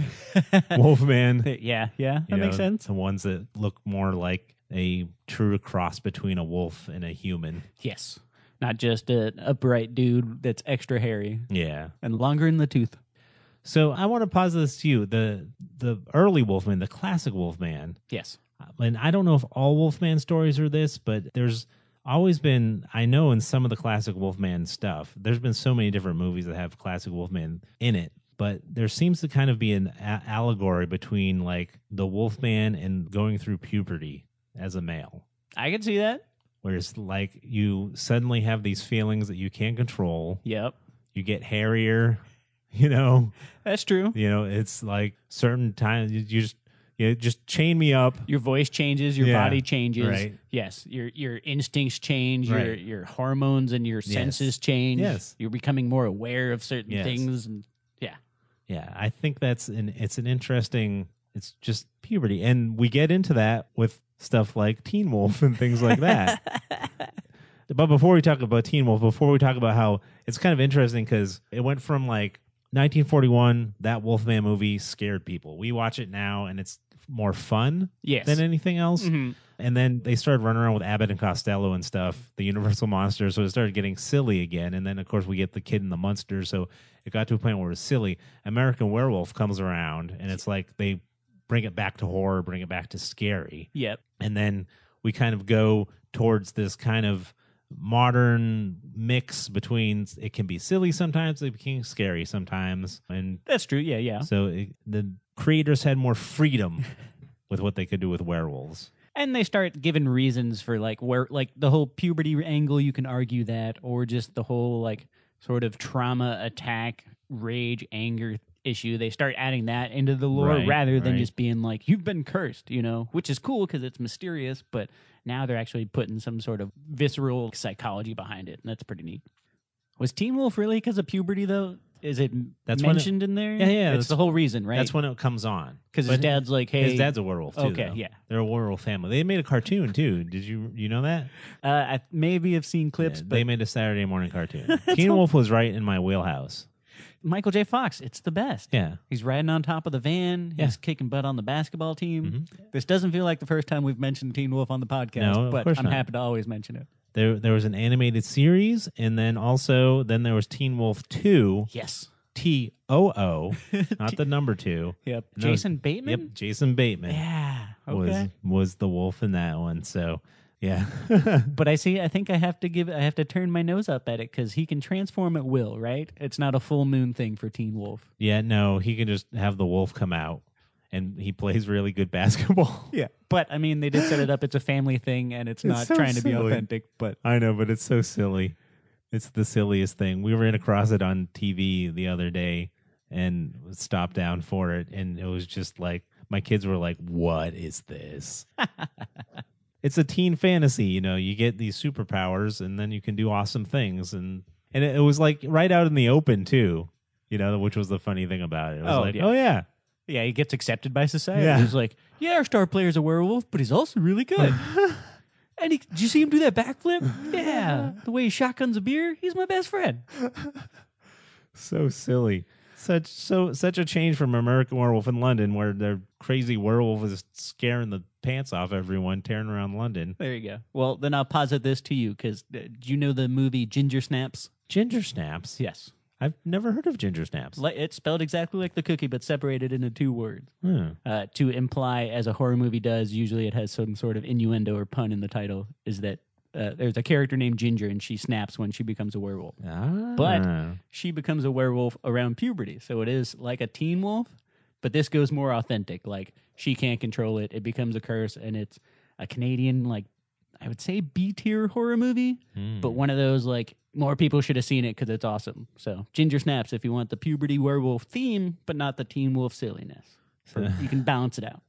Speaker 3: Wolfman.
Speaker 4: yeah, yeah, that
Speaker 3: You
Speaker 4: makes
Speaker 3: know,
Speaker 4: sense.
Speaker 3: The ones that look more like a true cross between a wolf and a human.
Speaker 4: Yes, not just an upright dude that's extra hairy
Speaker 3: Yeah.
Speaker 4: and longer in the tooth.
Speaker 3: So I want to pause this to you. The the early Wolfman, the classic Wolfman,
Speaker 4: Yes,
Speaker 3: Uh, and I don't know if all Wolfman stories are this, but there's always been I know in some of the classic Wolfman stuff, there's been so many different movies that have classic Wolfman in it, but there seems to kind of be an a- allegory between like the Wolfman and going through puberty as a male,
Speaker 4: I can see that.
Speaker 3: where it's like you suddenly have these feelings that you can't control,
Speaker 4: Yep,
Speaker 3: you get hairier, you know,
Speaker 4: that's true.
Speaker 3: you know, it's like certain times you you just you just chain me up
Speaker 4: Your voice changes, your
Speaker 3: Yeah,
Speaker 4: body changes.
Speaker 3: right.
Speaker 4: Yes, your your instincts change, your
Speaker 3: Right.
Speaker 4: your hormones and your senses change.
Speaker 3: Yes.
Speaker 4: you're becoming more aware of certain
Speaker 3: Yes.
Speaker 4: things. And yeah,
Speaker 3: Yeah, I think that's an it's an interesting it's just puberty and we get into that with stuff like Teen Wolf and things like that. but before we talk about Teen Wolf, before we talk about how it's kind of interesting cuz it went from like 1941 that Wolfman movie scared people. We watch it now and it's more fun
Speaker 4: yes.
Speaker 3: than anything else.
Speaker 4: Mhm.
Speaker 3: And then they started running around with Abbott and Costello and stuff, the Universal Monsters. So it started getting silly again. And then, of course, we get the kid and the monster. So it got to a point where it was silly. American Werewolf comes around, and it's like they bring it back to horror, bring it back to scary.
Speaker 4: Yep.
Speaker 3: And then we kind of go towards this kind of modern mix between it can be silly sometimes, it can be scary sometimes. And
Speaker 4: That's true. Yeah, yeah.
Speaker 3: so it, the creators had more freedom with what they could do with werewolves.
Speaker 4: And they start giving reasons for like where like the whole puberty angle you can argue that or just the whole like sort of trauma attack, rage, anger issue. They start adding that into the lore
Speaker 3: Right,
Speaker 4: rather than
Speaker 3: right.
Speaker 4: just being like you've been cursed, you know, which is cool cuz it's mysterious, but now they're actually putting some sort of visceral psychology behind it, and that's pretty neat. Was Teen Wolf really cuz of puberty though? Is it
Speaker 3: That's when it-
Speaker 4: mentioned in there?
Speaker 3: Yeah, yeah,
Speaker 4: That's
Speaker 3: that's-
Speaker 4: the whole reason, right?
Speaker 3: That's when it comes on.
Speaker 4: cuz his
Speaker 3: but-
Speaker 4: dad's like, "Hey,
Speaker 3: His dad's a werewolf too.
Speaker 4: Okay,
Speaker 3: though.
Speaker 4: yeah.
Speaker 3: They're a werewolf family. They made a cartoon too. Did you you know that?
Speaker 4: uh, I maybe have seen clips,
Speaker 3: Yeah,
Speaker 4: but
Speaker 3: they made a Saturday morning cartoon. Teen Wolf was right in my wheelhouse.
Speaker 4: Michael J. Fox, it's the best.
Speaker 3: Yeah.
Speaker 4: He's riding on top of the van. He's kicking butt on the basketball team. This doesn't feel like the first time we've mentioned Teen Wolf on the
Speaker 3: Mm-hmm.
Speaker 4: podcast,
Speaker 3: No, of
Speaker 4: but
Speaker 3: course
Speaker 4: I'm
Speaker 3: not.
Speaker 4: happy to always mention it.
Speaker 3: There there was an animated series and then also then there was Teen Wolf 2
Speaker 4: Yes.
Speaker 3: T O O, not the number two.
Speaker 4: Yep.
Speaker 3: No,
Speaker 4: Jason
Speaker 3: Yep,
Speaker 4: Bateman?
Speaker 3: Jason Bateman
Speaker 4: Yeah.
Speaker 3: was
Speaker 4: Okay.
Speaker 3: was the wolf in that one. So yeah,
Speaker 4: But I see. I think I have to give. I have to turn my nose up at it because he can transform at will. Right? It's not a full moon thing for Teen Wolf.
Speaker 3: yeah. No, he can just have the wolf come out, and he plays really good basketball.
Speaker 4: Yeah. But I mean, they did set it up. It's a family thing, and it's,
Speaker 3: It's
Speaker 4: not
Speaker 3: so
Speaker 4: trying to be
Speaker 3: silly.
Speaker 4: authentic. But
Speaker 3: I know, but it's so silly. It's the silliest thing. We ran across it on TV the other day and stopped down for it. And it was just like, my kids were like, what is this? it's a teen fantasy. You know, you get these superpowers and then you can do awesome things. And, and it, it was like right out in the open, too, you know, which was the funny thing about it. It was
Speaker 4: Oh,
Speaker 3: like,
Speaker 4: yeah.
Speaker 3: oh, yeah.
Speaker 4: yeah, he gets accepted by society.
Speaker 3: Yeah.
Speaker 4: He's like, yeah, our star player's a werewolf, but he's also really good. and he, did you see him do that backflip? Yeah. The way he shotguns a beer, he's my best friend.
Speaker 3: so silly. Such so such a change from American Werewolf in London, where their crazy werewolf is scaring the pants off everyone, tearing around London.
Speaker 4: There you go. Well, then I'll posit this to you because uh, do you know the movie Ginger Snaps?
Speaker 3: Ginger snaps.
Speaker 4: Yes.
Speaker 3: I've never heard of ginger snaps.
Speaker 4: Li- It's spelled exactly like the cookie, but separated into two words.
Speaker 3: Hmm.
Speaker 4: Uh, to imply, as a horror movie does, usually it has some sort of innuendo or pun in the title, is that uh, there's a character named Ginger and she snaps when she becomes a werewolf.
Speaker 3: Ah.
Speaker 4: But- She becomes a werewolf around puberty. So it is like a teen wolf, but this goes more authentic. Like she can't control it, it becomes a curse, and it's a Canadian, like, I would say B tier horror movie
Speaker 3: Hmm.
Speaker 4: but one of those like more people should have seen it because it's awesome. So ginger snaps if you want the puberty werewolf theme, but not the teen wolf silliness. So you can balance it out.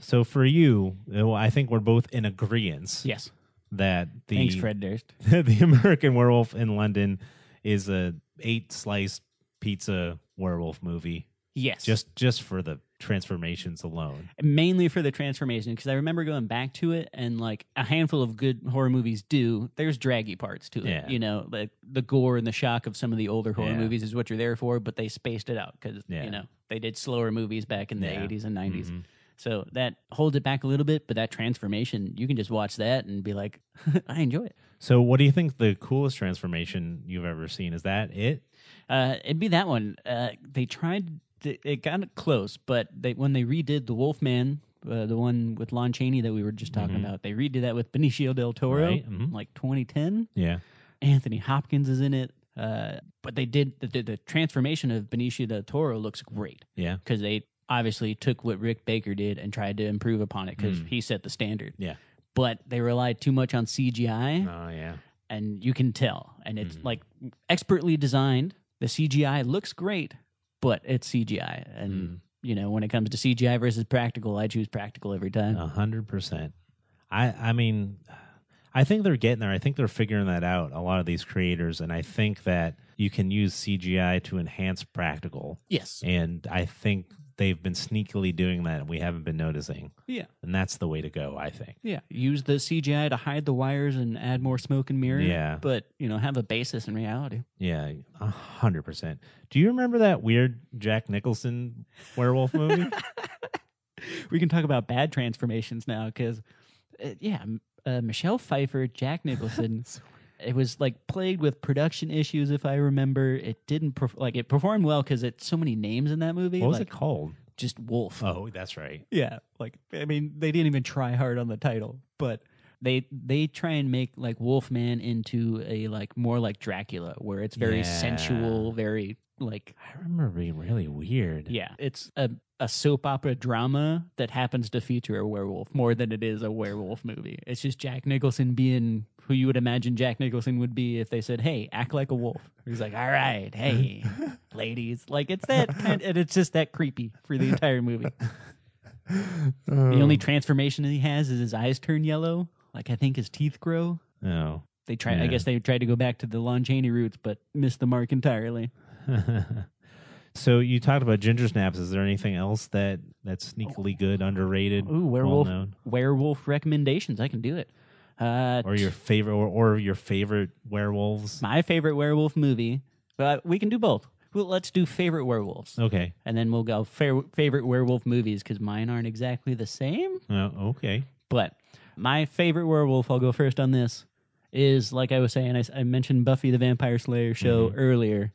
Speaker 3: so for you, well, I think we're both in agreement
Speaker 4: Yes.
Speaker 3: that the
Speaker 4: Thanks, Fred Durst.
Speaker 3: the American Werewolf in London is a eight slice pizza werewolf movie.
Speaker 4: Yes.
Speaker 3: Just just for the transformations alone.
Speaker 4: mainly for the transformation because I remember going back to it and like a handful of good horror movies do. There's draggy parts to it,
Speaker 3: Yeah.
Speaker 4: you know, like the gore and the shock of some of the older horror
Speaker 3: Yeah.
Speaker 4: movies is what you're there for. But they spaced it out because
Speaker 3: Yeah.
Speaker 4: you know they did slower movies back in the
Speaker 3: Yeah.
Speaker 4: 80s and 90s.
Speaker 3: Mhm.
Speaker 4: So that holds it back a little bit, but that transformation, you can just watch that and be like, I enjoy it.
Speaker 3: So, what do you think the coolest transformation you've ever seen? Is that it?
Speaker 4: Uh, it'd be that one. Uh, they tried, th- it got close, but they when they redid The Wolfman, uh, the one with Lon Chaney that we were just talking
Speaker 3: Mhm.
Speaker 4: about, they redid that with Benicio del Toro,
Speaker 3: Right, mhm.
Speaker 4: like 2010.
Speaker 3: Yeah.
Speaker 4: Anthony Hopkins is in it. Uh, but they did, the, the, the transformation of Benicio del Toro looks great
Speaker 3: Yeah.
Speaker 4: because they obviously took what Rick Baker did and tried to improve upon it because
Speaker 3: Mm.
Speaker 4: he set the standard.
Speaker 3: Yeah.
Speaker 4: But they relied too much on CGI
Speaker 3: Oh, yeah.
Speaker 4: and you can tell. And it's
Speaker 3: Mhm.
Speaker 4: like expertly designed. The CGI looks great, but it's CGI. And
Speaker 3: Mm.
Speaker 4: you know, when it comes to CGI versus practical, I choose practical every time.
Speaker 3: A hundred percent. I I mean, I think they're getting there. I think they're figuring that out. A lot of these creators, and I think that you can use CGI to enhance practical.
Speaker 4: Yes.
Speaker 3: And I think they've been sneakily doing that, and we haven't been noticing.
Speaker 4: Yeah.
Speaker 3: And that's the way to go. I think.
Speaker 4: Yeah. Use the CGI to hide the wires and add more smoke and mirror.
Speaker 3: Yeah.
Speaker 4: But, you know, have a basis in reality.
Speaker 3: Yeah, a hundred percent. Do you remember that weird Jack Nicholson werewolf movie?
Speaker 4: We can talk about bad transformations now because, uh, yeah, m- uh, Michelle Pfeiffer, Jack Nicholson. it was like plagued with production issues, if I remember. It didn't perf- like it performed well because it's so many names in that movie.
Speaker 3: what was
Speaker 4: like,
Speaker 3: it called?
Speaker 4: Just Wolf.
Speaker 3: Oh, that's right.
Speaker 4: Yeah, like I mean, they didn't even try hard on the title, but they they try and make like Wolfman into a like more like Dracula, where it's very
Speaker 3: Yeah.
Speaker 4: sensual, very like
Speaker 3: I remember being really weird.
Speaker 4: yeah, it's a a soap opera drama that happens to feature a werewolf more than it is a werewolf movie. It's just Jack Nicholson being who you would imagine Jack Nicholson would be if they said, "Hey, act like a wolf." He's like, "All right, hey, ladies," like it's that kind, and it's just that creepy for the entire movie. The only transformation he has is his eyes turn yellow. Like I think his teeth grow.
Speaker 3: Oh.
Speaker 4: They try.
Speaker 3: Yeah.
Speaker 4: I guess they tried to go back to the Lon Chaney roots, but missed the mark entirely.
Speaker 3: so you talked about ginger snaps. Is there anything else that that's sneakily good, underrated,
Speaker 4: Oh. Ooh, werewolf!
Speaker 3: well-known?
Speaker 4: werewolf recommendations. I can do it. Uh,
Speaker 3: or your favorite, or, or your favorite werewolves?
Speaker 4: my favorite werewolf movie. But we can do both. Well, let's do favorite werewolves,
Speaker 3: Okay.
Speaker 4: and then we'll go fair, favorite werewolf movies because mine aren't exactly the same.
Speaker 3: Uh, okay.
Speaker 4: But my favorite werewolf, I'll go first
Speaker 3: Mm-hmm.
Speaker 4: on this, is like I was saying, I, s- I mentioned Buffy the Vampire Slayer show earlier.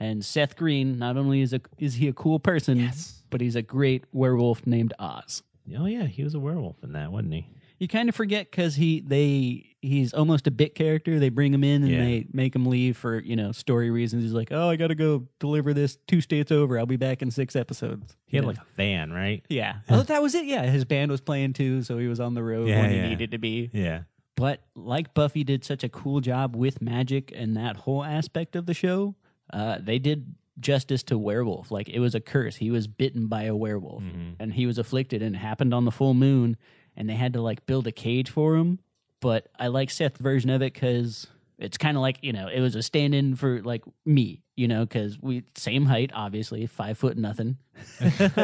Speaker 4: And Seth Green, not only is a is he a cool person,
Speaker 3: Yes.
Speaker 4: but he's a great werewolf named Oz.
Speaker 3: Oh yeah, he was a werewolf in that, wasn't he?
Speaker 4: You kind of forget because he they he's almost a bit character. They bring him in and
Speaker 3: Yeah.
Speaker 4: they make him leave for you know story reasons. He's like, oh, I got to go deliver this two states over. I'll be back in six episodes.
Speaker 3: He had
Speaker 4: You know?
Speaker 3: like a van, right?
Speaker 4: yeah. Oh, that was it. Yeah, his band was playing too, so he was on the road
Speaker 3: Yeah,
Speaker 4: when he
Speaker 3: yeah.
Speaker 4: needed to be.
Speaker 3: Yeah.
Speaker 4: But like Buffy did such a cool job with magic and that whole aspect of the show, uh, they did justice to werewolf. Like it was a curse. He was bitten by a werewolf and he was afflicted and it happened on the full moon and they had to like build a cage for him. But I like Seth's version of it because it's kind of like, you know, it was a stand in for like me, you know, because we, same height, obviously, five foot nothing.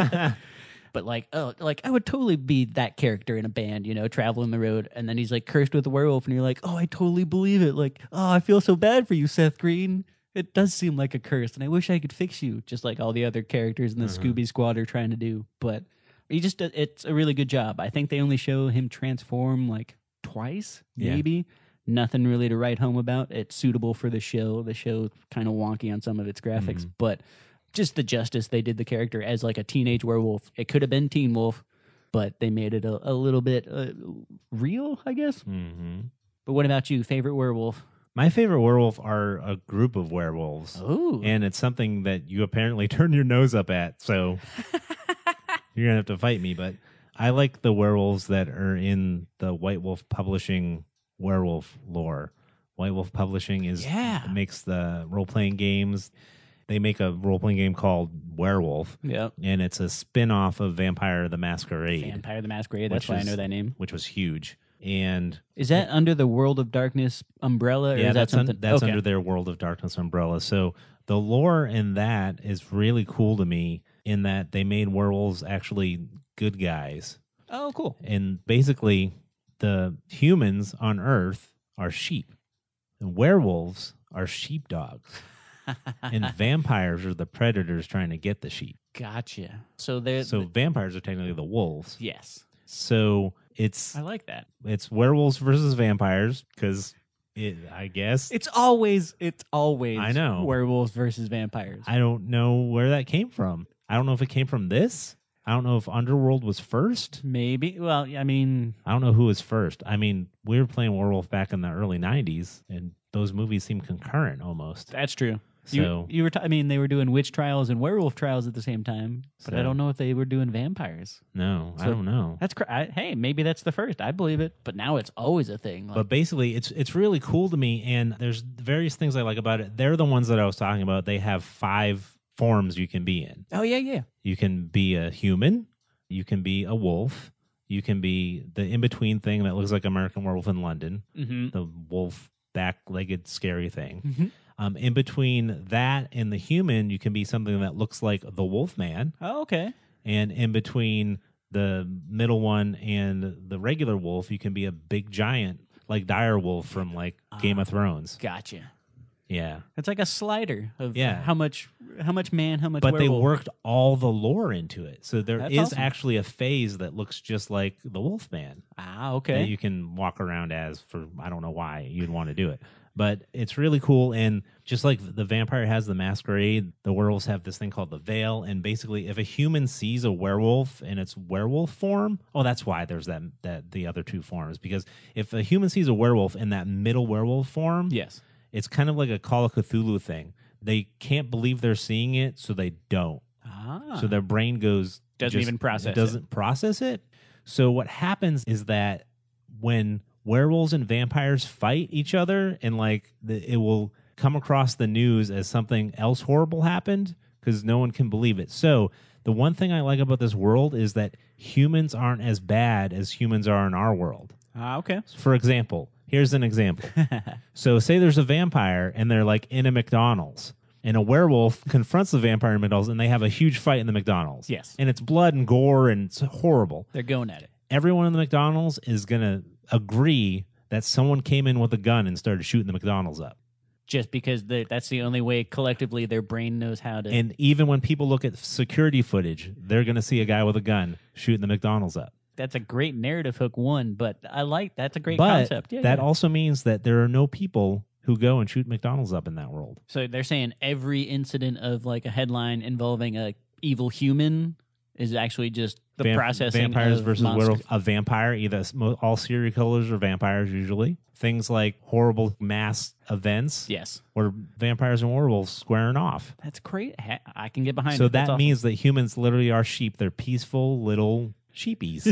Speaker 4: But like, oh, like I would totally be that character in a band, you know, traveling the road. And then he's like cursed with a werewolf, and you're like, oh, I totally believe it. Like, oh, I feel so bad for you, Seth Green. It does seem like a curse, and I wish I could fix you, just like all the other characters in the Scooby Squad are trying to do. But he just, it's a really good job. I think they only show him transform like twice,
Speaker 3: Yeah.
Speaker 4: maybe. Nothing really to write home about. It's suitable for the show. The show's kind of wonky on some of its graphics,
Speaker 3: Mm-hmm.
Speaker 4: but just the justice they did the character as like a teenage werewolf. It could have been Teen Wolf, but they made it a, a little bit uh, real, I guess.
Speaker 3: Mm-hmm.
Speaker 4: But what about you? Favorite werewolf?
Speaker 3: My favorite werewolf are a group of werewolves,
Speaker 4: Oh,
Speaker 3: and it's something that you apparently turn your nose up at. So you're gonna have to fight me, but I like the werewolves that are in the White Wolf Publishing werewolf lore. White Wolf Publishing is
Speaker 4: Yeah.
Speaker 3: makes the role playing games. They make a role playing game called Werewolf,
Speaker 4: yeah,
Speaker 3: and it's a spin off of Vampire the Masquerade,
Speaker 4: Vampire the Masquerade.
Speaker 3: Which
Speaker 4: That's why I
Speaker 3: is-
Speaker 4: know that name.
Speaker 3: which was huge. And
Speaker 4: Is that under the World of Darkness umbrella? Or
Speaker 3: yeah,
Speaker 4: is that
Speaker 3: that's un-
Speaker 4: something
Speaker 3: that's
Speaker 4: okay.
Speaker 3: under their World of Darkness umbrella. So the lore in that is really cool to me in that they made werewolves actually good guys.
Speaker 4: Oh, cool.
Speaker 3: And basically the humans on Earth are sheep. And werewolves are sheepdogs. and vampires are the predators trying to get the sheep.
Speaker 4: Gotcha. So there.
Speaker 3: So vampires are technically the wolves.
Speaker 4: yes,
Speaker 3: So it's
Speaker 4: I like that.
Speaker 3: it's werewolves versus vampires because I guess
Speaker 4: It's always it's always
Speaker 3: I know.
Speaker 4: werewolves versus vampires.
Speaker 3: I don't know where that came from. I don't know if it came from this. I don't know if Underworld was first.
Speaker 4: Maybe. Well, I mean,
Speaker 3: I don't know who was first. I mean, we were playing Werewolf back in the early 90s, and those movies seem concurrent almost.
Speaker 4: that's true.
Speaker 3: So,
Speaker 4: you, you were. T- I mean, they were doing witch trials and werewolf trials at the same time, but I
Speaker 3: So-
Speaker 4: don't know if they were doing vampires.
Speaker 3: no, I
Speaker 4: So-
Speaker 3: don't know.
Speaker 4: That's cr- I, hey, maybe that's the first. I believe it, but now it's always a thing. Like,
Speaker 3: But basically, it's it's really cool to me, and there's various things I like about it. They're the ones that I was talking about. They have five forms you can be in.
Speaker 4: oh yeah, yeah,
Speaker 3: You can be a human. You can be a wolf. You can be the in between thing that looks like American Werewolf in London.
Speaker 4: mm-hmm.
Speaker 3: the wolf back legged scary thing.
Speaker 4: Mm.
Speaker 3: Um, in between that and the human, you can be something that looks like the wolf man.
Speaker 4: Oh okay,
Speaker 3: And in between the middle one and the regular wolf, you can be a big giant like dire wolf from like
Speaker 4: Ah.
Speaker 3: Game of Thrones.
Speaker 4: gotcha.
Speaker 3: Yeah.
Speaker 4: It's like a slider of
Speaker 3: Yeah.
Speaker 4: how much, how much man, how much.
Speaker 3: But they
Speaker 4: werewolf.
Speaker 3: worked all the lore into it. So there is
Speaker 4: That's awesome.
Speaker 3: actually a phase that looks just like the wolf man.
Speaker 4: Ah,
Speaker 3: that
Speaker 4: okay.
Speaker 3: you can walk around as for I don't know why you'd want to do it. But it's really cool and just like the vampire has the masquerade, the werewolves have this thing called the veil and basically if a human sees a werewolf in its werewolf form, oh that's why there's that that the other two forms because if a human sees a werewolf in that middle werewolf form,
Speaker 4: yes.
Speaker 3: it's kind of like a Call of Cthulhu thing. They can't believe they're seeing it, so they don't.
Speaker 4: Ah,
Speaker 3: So their brain goes
Speaker 4: Doesn't even process it.
Speaker 3: doesn't process it. So what happens is that when werewolves and vampires fight each other, and like the, it will come across the news as something else horrible happened because no one can believe it. So the one thing I like about this world is that humans aren't as bad as humans are in our world.
Speaker 4: ah, okay.
Speaker 3: For example, here's an example. so say there's a vampire and they're like in a McDonald's and a werewolf confronts the vampire in McDonald's and they have a huge fight in the McDonald's.
Speaker 4: Yes.
Speaker 3: And it's blood and gore and it's horrible.
Speaker 4: They're going at it.
Speaker 3: Everyone in the McDonald's is going to agree that someone came in with a gun and started shooting the McDonald's up.
Speaker 4: Just because they- that's the only way collectively their brain knows how to.
Speaker 3: And even when people look at security footage, they're going to see a guy with a gun shooting the McDonald's up.
Speaker 4: that's a great narrative hook, one, but I like that's a great
Speaker 3: but
Speaker 4: concept. Yeah,
Speaker 3: that
Speaker 4: yeah.
Speaker 3: also means that there are no people who go and shoot McDonald's up in that world.
Speaker 4: So they're saying every incident of like a headline involving a evil human is actually just the
Speaker 3: Vamp-
Speaker 4: processing
Speaker 3: vampires
Speaker 4: of
Speaker 3: versus
Speaker 4: monsters.
Speaker 3: werewolf. A vampire, either s- mo- all serial killers or vampires usually. Things like horrible mass events
Speaker 4: Yes,
Speaker 3: where vampires and werewolves squaring off.
Speaker 4: that's great. Ha- I can get behind.
Speaker 3: So
Speaker 4: it. That's
Speaker 3: that
Speaker 4: awesome.
Speaker 3: means that humans literally are sheep. They're peaceful little sheepies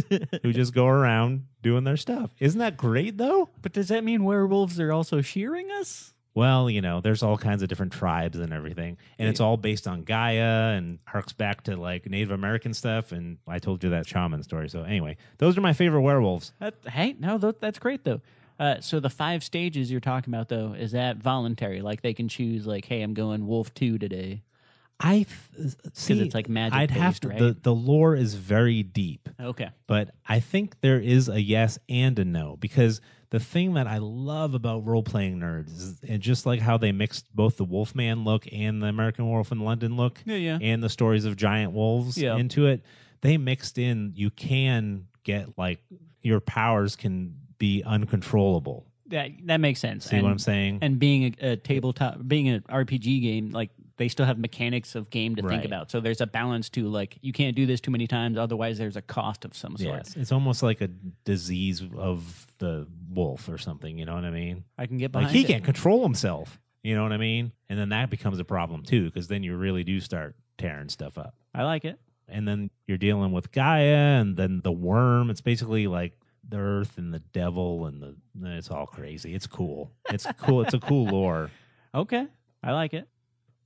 Speaker 3: who just go around doing their stuff. Isn't that great though?
Speaker 4: But does that mean werewolves are also shearing us?
Speaker 3: Well, you know, there's all kinds of different tribes and everything, and it's all based on Gaia and harks back to like Native American stuff. And I told you that shaman story. So anyway, those are my favorite werewolves.
Speaker 4: That, hey, no, tho- that's great though. Uh, so the five stages you're talking about though is that voluntary? Like they can choose, like, hey, I'm going wolf two today.
Speaker 3: I th- see.
Speaker 4: it's, like, magic
Speaker 3: I'd have
Speaker 4: based,
Speaker 3: to.
Speaker 4: right?
Speaker 3: The, the lore is very deep.
Speaker 4: Okay,
Speaker 3: but I think there is a yes and a no because the thing that I love about role playing nerds is and just like how they mixed both the Wolfman look and the American Wolf in London look
Speaker 4: Yeah, yeah.
Speaker 3: and the stories of giant wolves
Speaker 4: Yeah.
Speaker 3: into it. They mixed in you can get like your powers can be uncontrollable.
Speaker 4: that that makes sense.
Speaker 3: See
Speaker 4: and,
Speaker 3: what I'm saying?
Speaker 4: And being a, a tabletop, being an RPG game, like they still have mechanics of game to think
Speaker 3: Right.
Speaker 4: about. So there's a balance to like you can't do this too many times, otherwise there's a cost of some sort.
Speaker 3: yes. It's almost like a disease of the wolf or something, you know what I mean?
Speaker 4: I can get
Speaker 3: like
Speaker 4: behind.
Speaker 3: he
Speaker 4: it.
Speaker 3: can't control himself you know what i mean and then that becomes a problem too because then you really do start tearing stuff up
Speaker 4: I like it.
Speaker 3: and then you're dealing with gaia and then the worm it's basically like the earth and the devil and the it's all crazy it's cool it's cool it's a cool lore
Speaker 4: Okay, I like it.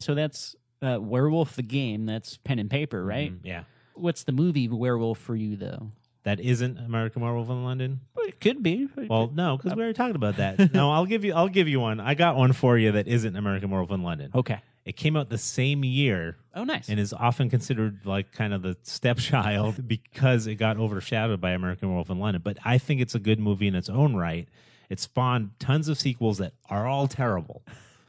Speaker 4: So that's uh, Werewolf the game. That's pen and paper, right?
Speaker 3: Mhm, yeah
Speaker 4: What's the movie Werewolf for you though?
Speaker 3: that isn't american werewolf in london
Speaker 4: It could be.
Speaker 3: well no because we already talked about that no i'll give you i'll give you one i got one for you that isn't american werewolf in london
Speaker 4: okay.
Speaker 3: it came out the same year
Speaker 4: Oh, nice.
Speaker 3: and is often considered like kind of the stepchild because it got overshadowed by American Werewolf in London. But I think it's a good movie in its own right. It spawned tons of sequels that are all terrible,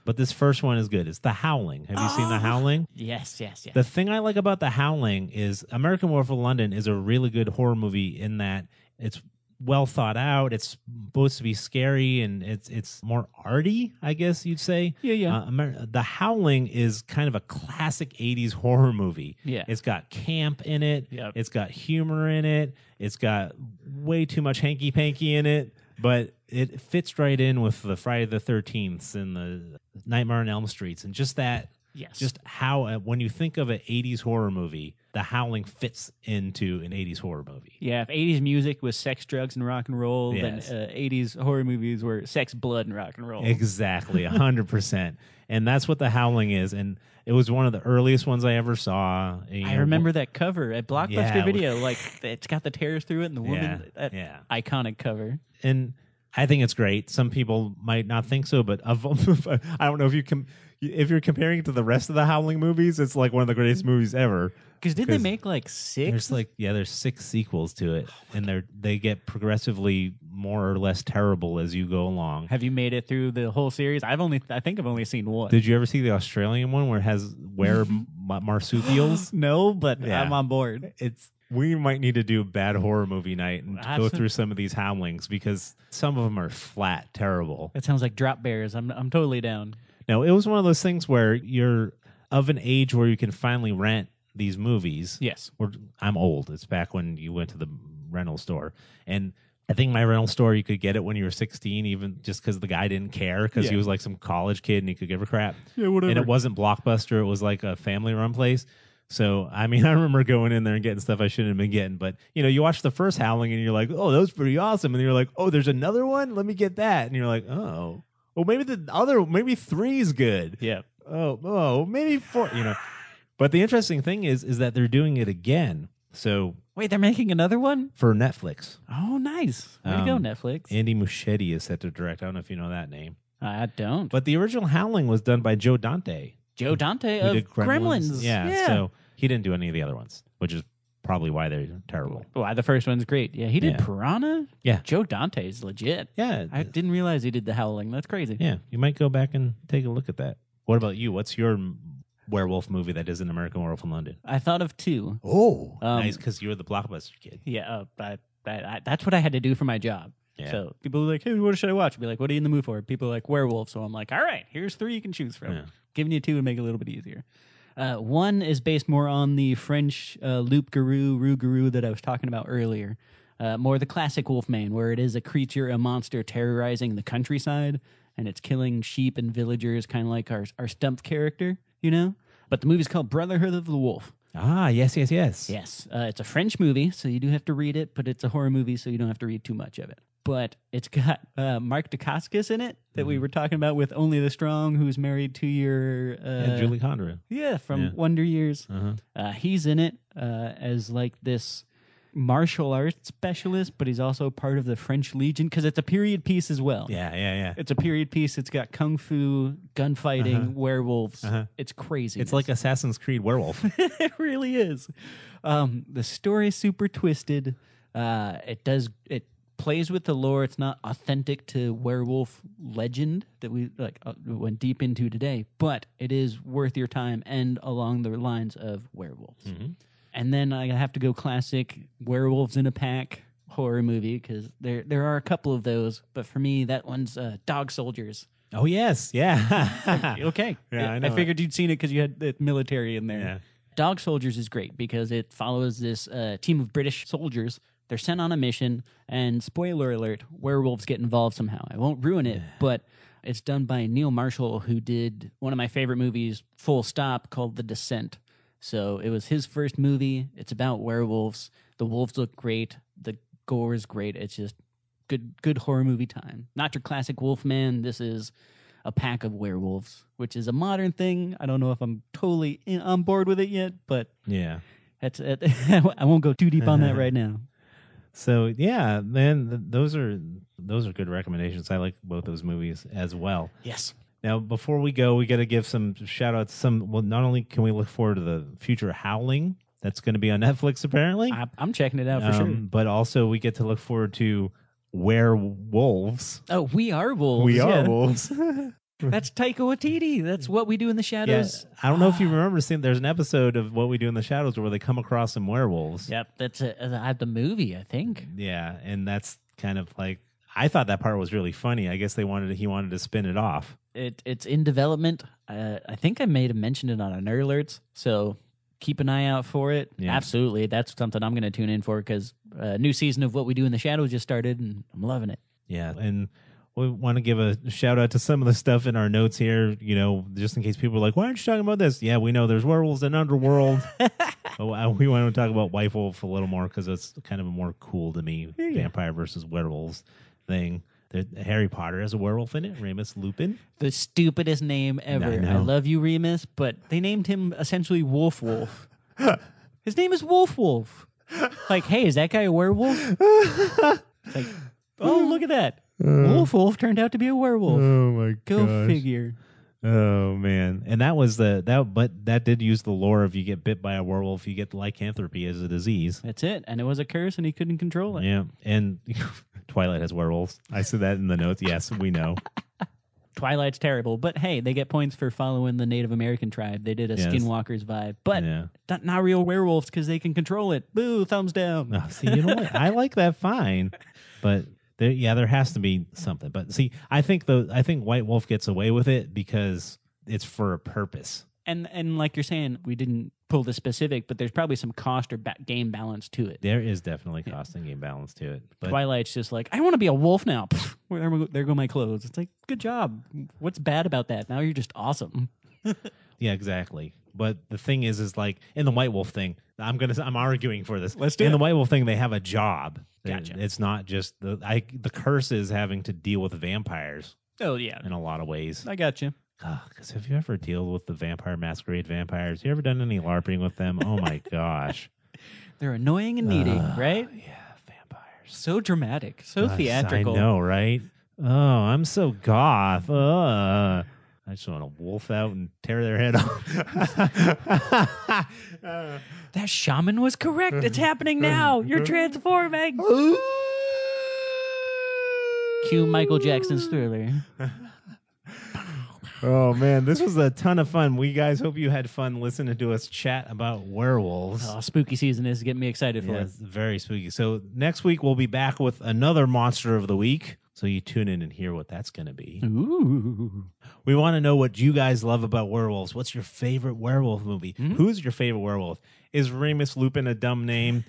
Speaker 3: but this first one is good. It's The Howling. Have you seen The Howling?
Speaker 4: yes, yes, yes.
Speaker 3: The thing I like about The Howling is American Werewolf in London is a really good horror movie in that it's well thought out. It's supposed to be scary and it's it's more arty, I guess you'd say.
Speaker 4: yeah, yeah.
Speaker 3: Uh, Amer- the Howling is kind of a classic 80s horror movie.
Speaker 4: Yeah.
Speaker 3: It's got camp in it.
Speaker 4: Yep.
Speaker 3: It's got humor in it. It's got way too much hanky panky in it, but it fits right in with the Friday the 13th and the Nightmare on Elm Streets and just that
Speaker 4: yes.
Speaker 3: just how uh, when you think of an 80s horror movie, The Howling fits into an 80s horror movie.
Speaker 4: Yeah, if 80s music was sex, drugs, and rock and roll,
Speaker 3: Yes.
Speaker 4: then uh, 80s horror movies were sex, blood, and rock and roll.
Speaker 3: Exactly, a hundred percent, and that's what the howling is. And it was one of the earliest ones I ever saw. You
Speaker 4: I
Speaker 3: know,
Speaker 4: remember that cover at Blockbuster
Speaker 3: Yeah, it was-
Speaker 4: Video. like, it's got the tears through it and the
Speaker 3: Yeah,
Speaker 4: woman. That
Speaker 3: yeah.
Speaker 4: Iconic cover.
Speaker 3: and I think it's great. Some people might not think so, but of, I don't know if you com- if you're comparing it to the rest of the Howling movies, it's like one of the greatest movies ever.
Speaker 4: Because did they
Speaker 3: 'Cause
Speaker 4: make like six?
Speaker 3: There's like yeah, there's six sequels to it, and they're they get progressively more or less terrible as you go along.
Speaker 4: Have you made it through the whole series? I've only, I think I've only seen one.
Speaker 3: Did you ever see the Australian one where it has where marsupials?
Speaker 4: no, but
Speaker 3: Yeah.
Speaker 4: I'm on board.
Speaker 3: It's we might need to do a bad horror movie night and
Speaker 4: That's
Speaker 3: go
Speaker 4: what-
Speaker 3: through some of these howlings because some of them are flat terrible.
Speaker 4: That sounds like Drop Bears. I'm, I'm totally down.
Speaker 3: No, it was one of those things where you're of an age where you can finally rent these movies.
Speaker 4: Yes.
Speaker 3: We're, I'm old. It's back when you went to the rental store. And I think my rental store, you could get it when you were 16, even just because the guy didn't care because he
Speaker 4: Yeah.
Speaker 3: was like some college kid and he could give a crap.
Speaker 4: Yeah, whatever.
Speaker 3: And it wasn't Blockbuster, it was like a family run place. So, I mean, I remember going in there and getting stuff I shouldn't have been getting. But, you know, you watch the first Howling and you're like, oh, that was pretty awesome. And you're like, oh, there's another one? Let me get that. And you're like, oh. Well, maybe the other, maybe three's good
Speaker 4: Yeah.
Speaker 3: oh, oh, maybe four, you know. But the interesting thing is, is that they're doing it again. So
Speaker 4: Wait, they're making another one?
Speaker 3: for Netflix,
Speaker 4: Oh, nice. Way to go,
Speaker 3: Um,
Speaker 4: Netflix.
Speaker 3: Andy Muschietti is set to direct. I don't know if you know that name,
Speaker 4: I don't.
Speaker 3: but the original Howling was done by Joe Dante,
Speaker 4: Joe Dante
Speaker 3: who
Speaker 4: of
Speaker 3: did
Speaker 4: Gremlins.
Speaker 3: Yeah, so he didn't do any of the other ones, which is probably why they're terrible.
Speaker 4: Why the first one's great. Yeah, he did
Speaker 3: Yeah.
Speaker 4: Piranha.
Speaker 3: Yeah.
Speaker 4: Joe Dante's legit.
Speaker 3: Yeah,
Speaker 4: I didn't realize he did the Howling. That's crazy.
Speaker 3: yeah. You might go back and take a look at that. What about you? What's your m- werewolf movie that is an American Werewolf in London?
Speaker 4: I thought of two.
Speaker 3: Oh,
Speaker 4: Um,
Speaker 3: nice because you're the blockbuster kid.
Speaker 4: Yeah, uh, I, I, I, that's what I had to do for my job.
Speaker 3: Yeah.
Speaker 4: So people are like, hey, what should I watch? I'd be like, what are you in the mood for? People are like, werewolf. So I'm like, all right, here's three you can choose from.
Speaker 3: Yeah.
Speaker 4: Giving you two to make it a little bit easier. Uh, one is based more on the French uh, loop guru, roux guru that I was talking about earlier. Uh, more the classic Wolfman, where it is a creature, a monster terrorizing the countryside, and it's killing sheep and villagers, kind of like our, our Stump character, you know? But the movie's called Brotherhood of the Wolf.
Speaker 3: Ah, yes, yes, yes.
Speaker 4: Yes, uh, it's a French movie, so you do have to read it, but it's a horror movie, so you don't have to read too much of it. But it's got uh, Mark Dacascos in it that
Speaker 3: Mm-hmm.
Speaker 4: we were talking about with Only the Strong, who's married to your uh,
Speaker 3: Yeah, Julie Condren.
Speaker 4: yeah, from
Speaker 3: Yeah.
Speaker 4: Wonder Years.
Speaker 3: Uh-huh.
Speaker 4: Uh, he's in it uh, as like this martial arts specialist, but he's also part of the French Legion because it's a period piece as well.
Speaker 3: Yeah, yeah, yeah.
Speaker 4: It's a period piece. It's got kung fu, gunfighting,
Speaker 3: Uh-huh.
Speaker 4: werewolves.
Speaker 3: Uh-huh.
Speaker 4: It's crazy.
Speaker 3: It's like Assassin's Creed werewolf.
Speaker 4: it really is. Um, the story is super twisted. Uh, it does it plays with the lore. It's not authentic to werewolf legend that we like uh, went deep into today, but it is worth your time and along the lines of werewolves. And then I have to go classic werewolves in a pack horror movie because there there are a couple of those, but for me that one's uh, Dog Soldiers.
Speaker 3: oh yes, yeah.
Speaker 4: Okay,
Speaker 3: Yeah, I know it.
Speaker 4: figured you'd seen it because you had the military in there.
Speaker 3: yeah.
Speaker 4: Dog Soldiers is great because it follows this uh, team of British soldiers. They're sent on a mission, and spoiler alert, werewolves get involved somehow. I won't ruin it, but it's done by Neil Marshall, who did one of my favorite movies, Full Stop, called The Descent. So it was his first movie. It's about werewolves. The wolves look great. The gore is great. It's just good, good horror movie time. Not your classic Wolfman. This is a pack of werewolves, which is a modern thing. I don't know if I'm totally in, on board with it yet, but
Speaker 3: Yeah.
Speaker 4: that's it. I won't go too deep on that right now.
Speaker 3: So yeah, man, th- those are those are good recommendations. I like both those movies as well.
Speaker 4: Yes.
Speaker 3: Now, before we go, we got to give some shout outs. Some well, not only can we look forward to the future Howling that's going to be on Netflix apparently,
Speaker 4: I, I'm checking it out for
Speaker 3: um, but also we get to look forward to Werewolves.
Speaker 4: sure. Oh, we are wolves.
Speaker 3: we are
Speaker 4: yeah.
Speaker 3: wolves.
Speaker 4: That's Taika Waititi. That's what we do in the
Speaker 3: Yes,
Speaker 4: shadows.
Speaker 3: I don't know if you remember seeing. There's an episode of What We Do in the Shadows where they come across some werewolves.
Speaker 4: Yep. That's a, uh, the movie, I think.
Speaker 3: Yeah, and that's kind of like I thought that part was really funny. I guess they wanted he wanted to spin it off.
Speaker 4: It it's in development. Uh, I think I made mentioned it on a nerd alerts. So keep an eye out for it.
Speaker 3: Yeah.
Speaker 4: Absolutely, that's something I'm going to tune in for because a new season of What We Do in the Shadows just started, and I'm loving it.
Speaker 3: Yeah, and we want to give a shout out to some of the stuff in our notes here. You know, just in case people are like, "Why aren't you talking about this?" Yeah, we know there's werewolves in Underworld. but I- we want to talk about White Wolf a little more because it's kind of a more cool to me vampire versus werewolves thing. The, Harry Potter has a werewolf in it. Remus Lupin.
Speaker 4: the stupidest name ever. I,
Speaker 3: know.
Speaker 4: love you, Remus, but they named him essentially Wolf Wolf. His name is Wolf Wolf. Like, hey, is that guy a werewolf? It's like, oh, look at that.
Speaker 3: Uh.
Speaker 4: Wolf Wolf turned out to be a werewolf.
Speaker 3: my
Speaker 4: Go figure.
Speaker 3: Oh man, and that was the that, but that did use the lore of you get bit by a werewolf, you get lycanthropy as a disease.
Speaker 4: That's it. And it was a curse, and he couldn't control it.
Speaker 3: Yeah, and Twilight has werewolves. I said that in the notes. Yes, we know.
Speaker 4: Twilight's terrible, but hey, they get points for following the Native American tribe. They did a
Speaker 3: Yes.
Speaker 4: Skinwalker's vibe, but
Speaker 3: Yeah.
Speaker 4: not, not real werewolves because they can control it. Boo, thumbs down.
Speaker 3: Oh, see, you know what? I like that fine, but there, yeah, there has to be something. But see, I think the I think White Wolf gets away with it because it's for a purpose.
Speaker 4: and and like you're saying, we didn't pull the specific, but there's probably some cost or ba- game balance to it.
Speaker 3: There is definitely cost and game balance to it. But
Speaker 4: Twilight's just like, I want to be a wolf now. Pfft, where- there, go- there go my clothes. It's like, good job. What's bad about that? Now you're just awesome.
Speaker 3: Yeah, exactly. But the thing is, is like in the White Wolf thing, I'm gonna, I'm arguing for this.
Speaker 4: Let's do
Speaker 3: in
Speaker 4: it.
Speaker 3: the White Wolf thing. They have a job.
Speaker 4: Gotcha.
Speaker 3: It's not just the I. The curse is having to deal with vampires
Speaker 4: Oh yeah,
Speaker 3: in a lot of ways.
Speaker 4: I got you.
Speaker 3: Because have you ever dealt with the vampire masquerade vampires? You ever done any larping with them? Oh my gosh.
Speaker 4: They're annoying and needy,
Speaker 3: Ugh,
Speaker 4: right?
Speaker 3: Yeah, vampires.
Speaker 4: So dramatic, so
Speaker 3: Gosh,
Speaker 4: theatrical.
Speaker 3: I know, right? Oh, I'm so goth. Ugh. I just want to wolf out and tear their head off.
Speaker 4: That shaman was correct. It's happening now. You're transforming. Cue Michael Jackson's Thriller.
Speaker 3: Oh man, this was a ton of fun. We guys hope you had fun listening to us chat about werewolves.
Speaker 4: Oh, spooky season is getting me excited for
Speaker 3: Yeah,
Speaker 4: it.
Speaker 3: it's very spooky. So next week we'll be back with another monster of the week. So you tune in and hear what that's going to be.
Speaker 4: Hmm. Ooh.
Speaker 3: We want to know what you guys love about werewolves. What's your favorite werewolf movie? Who's your favorite werewolf? Is Remus Lupin a dumb name?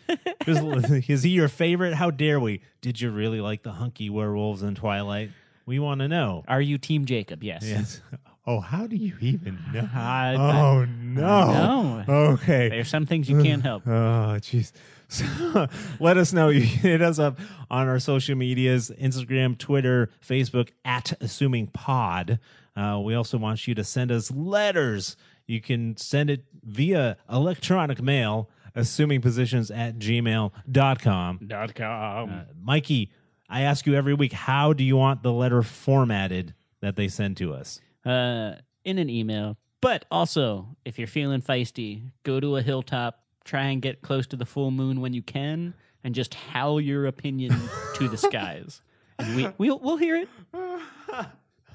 Speaker 3: is, is he your favorite? How dare we? Did you really like the hunky werewolves in Twilight? We want to know.
Speaker 4: Are you Team Jacob? Yes.
Speaker 3: Yes. Oh, how do you even know?
Speaker 4: I-
Speaker 3: oh no.
Speaker 4: I know.
Speaker 3: Okay.
Speaker 4: There's some things you can't help.
Speaker 3: Oh, jeez. So, let us know. You can hit us up on our social medias Instagram, Twitter, Facebook, at Assuming Pod. Uh, we also want you to send us letters. You can send it via electronic mail, assumingpositions at gmail.com.
Speaker 5: Dot com.
Speaker 3: Uh, Mikey, I ask you every week, how do you want the letter formatted that they send to us?
Speaker 4: uh, in an email. But also, if you're feeling feisty, go to a hilltop, try and get close to the full moon when you can, and just howl your opinion to the skies. And we, we'll, we'll hear it.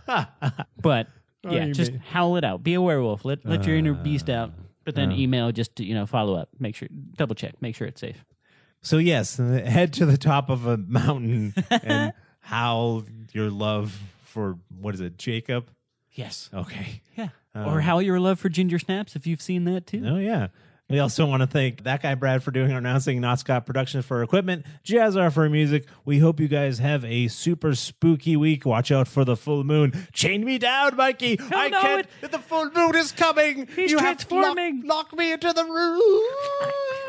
Speaker 4: But yeah,
Speaker 3: you
Speaker 4: just
Speaker 3: mean- Uh,
Speaker 4: howl it out. Be a werewolf. Let, let your inner beast out. But then email just to, you know, follow up. Make sure, double check, make sure it's safe.
Speaker 3: So yes, head to the top of a mountain and howl your love for what is it, Jacob?
Speaker 4: Yes.
Speaker 3: Okay.
Speaker 4: Yeah.
Speaker 3: Uh,
Speaker 4: or howl your love for ginger snaps if you've seen that too.
Speaker 3: Oh yeah. We also want to thank that guy Brad for doing our announcing, Not Scott Productions for our equipment, Jazzar for our music. We hope you guys have a super spooky week. Watch out for the full moon. Chain me down, Mikey. I
Speaker 4: no,
Speaker 3: can't. The full moon is coming.
Speaker 4: He's
Speaker 3: you have to lock-
Speaker 4: transforming. Oh
Speaker 3: lock me into the room.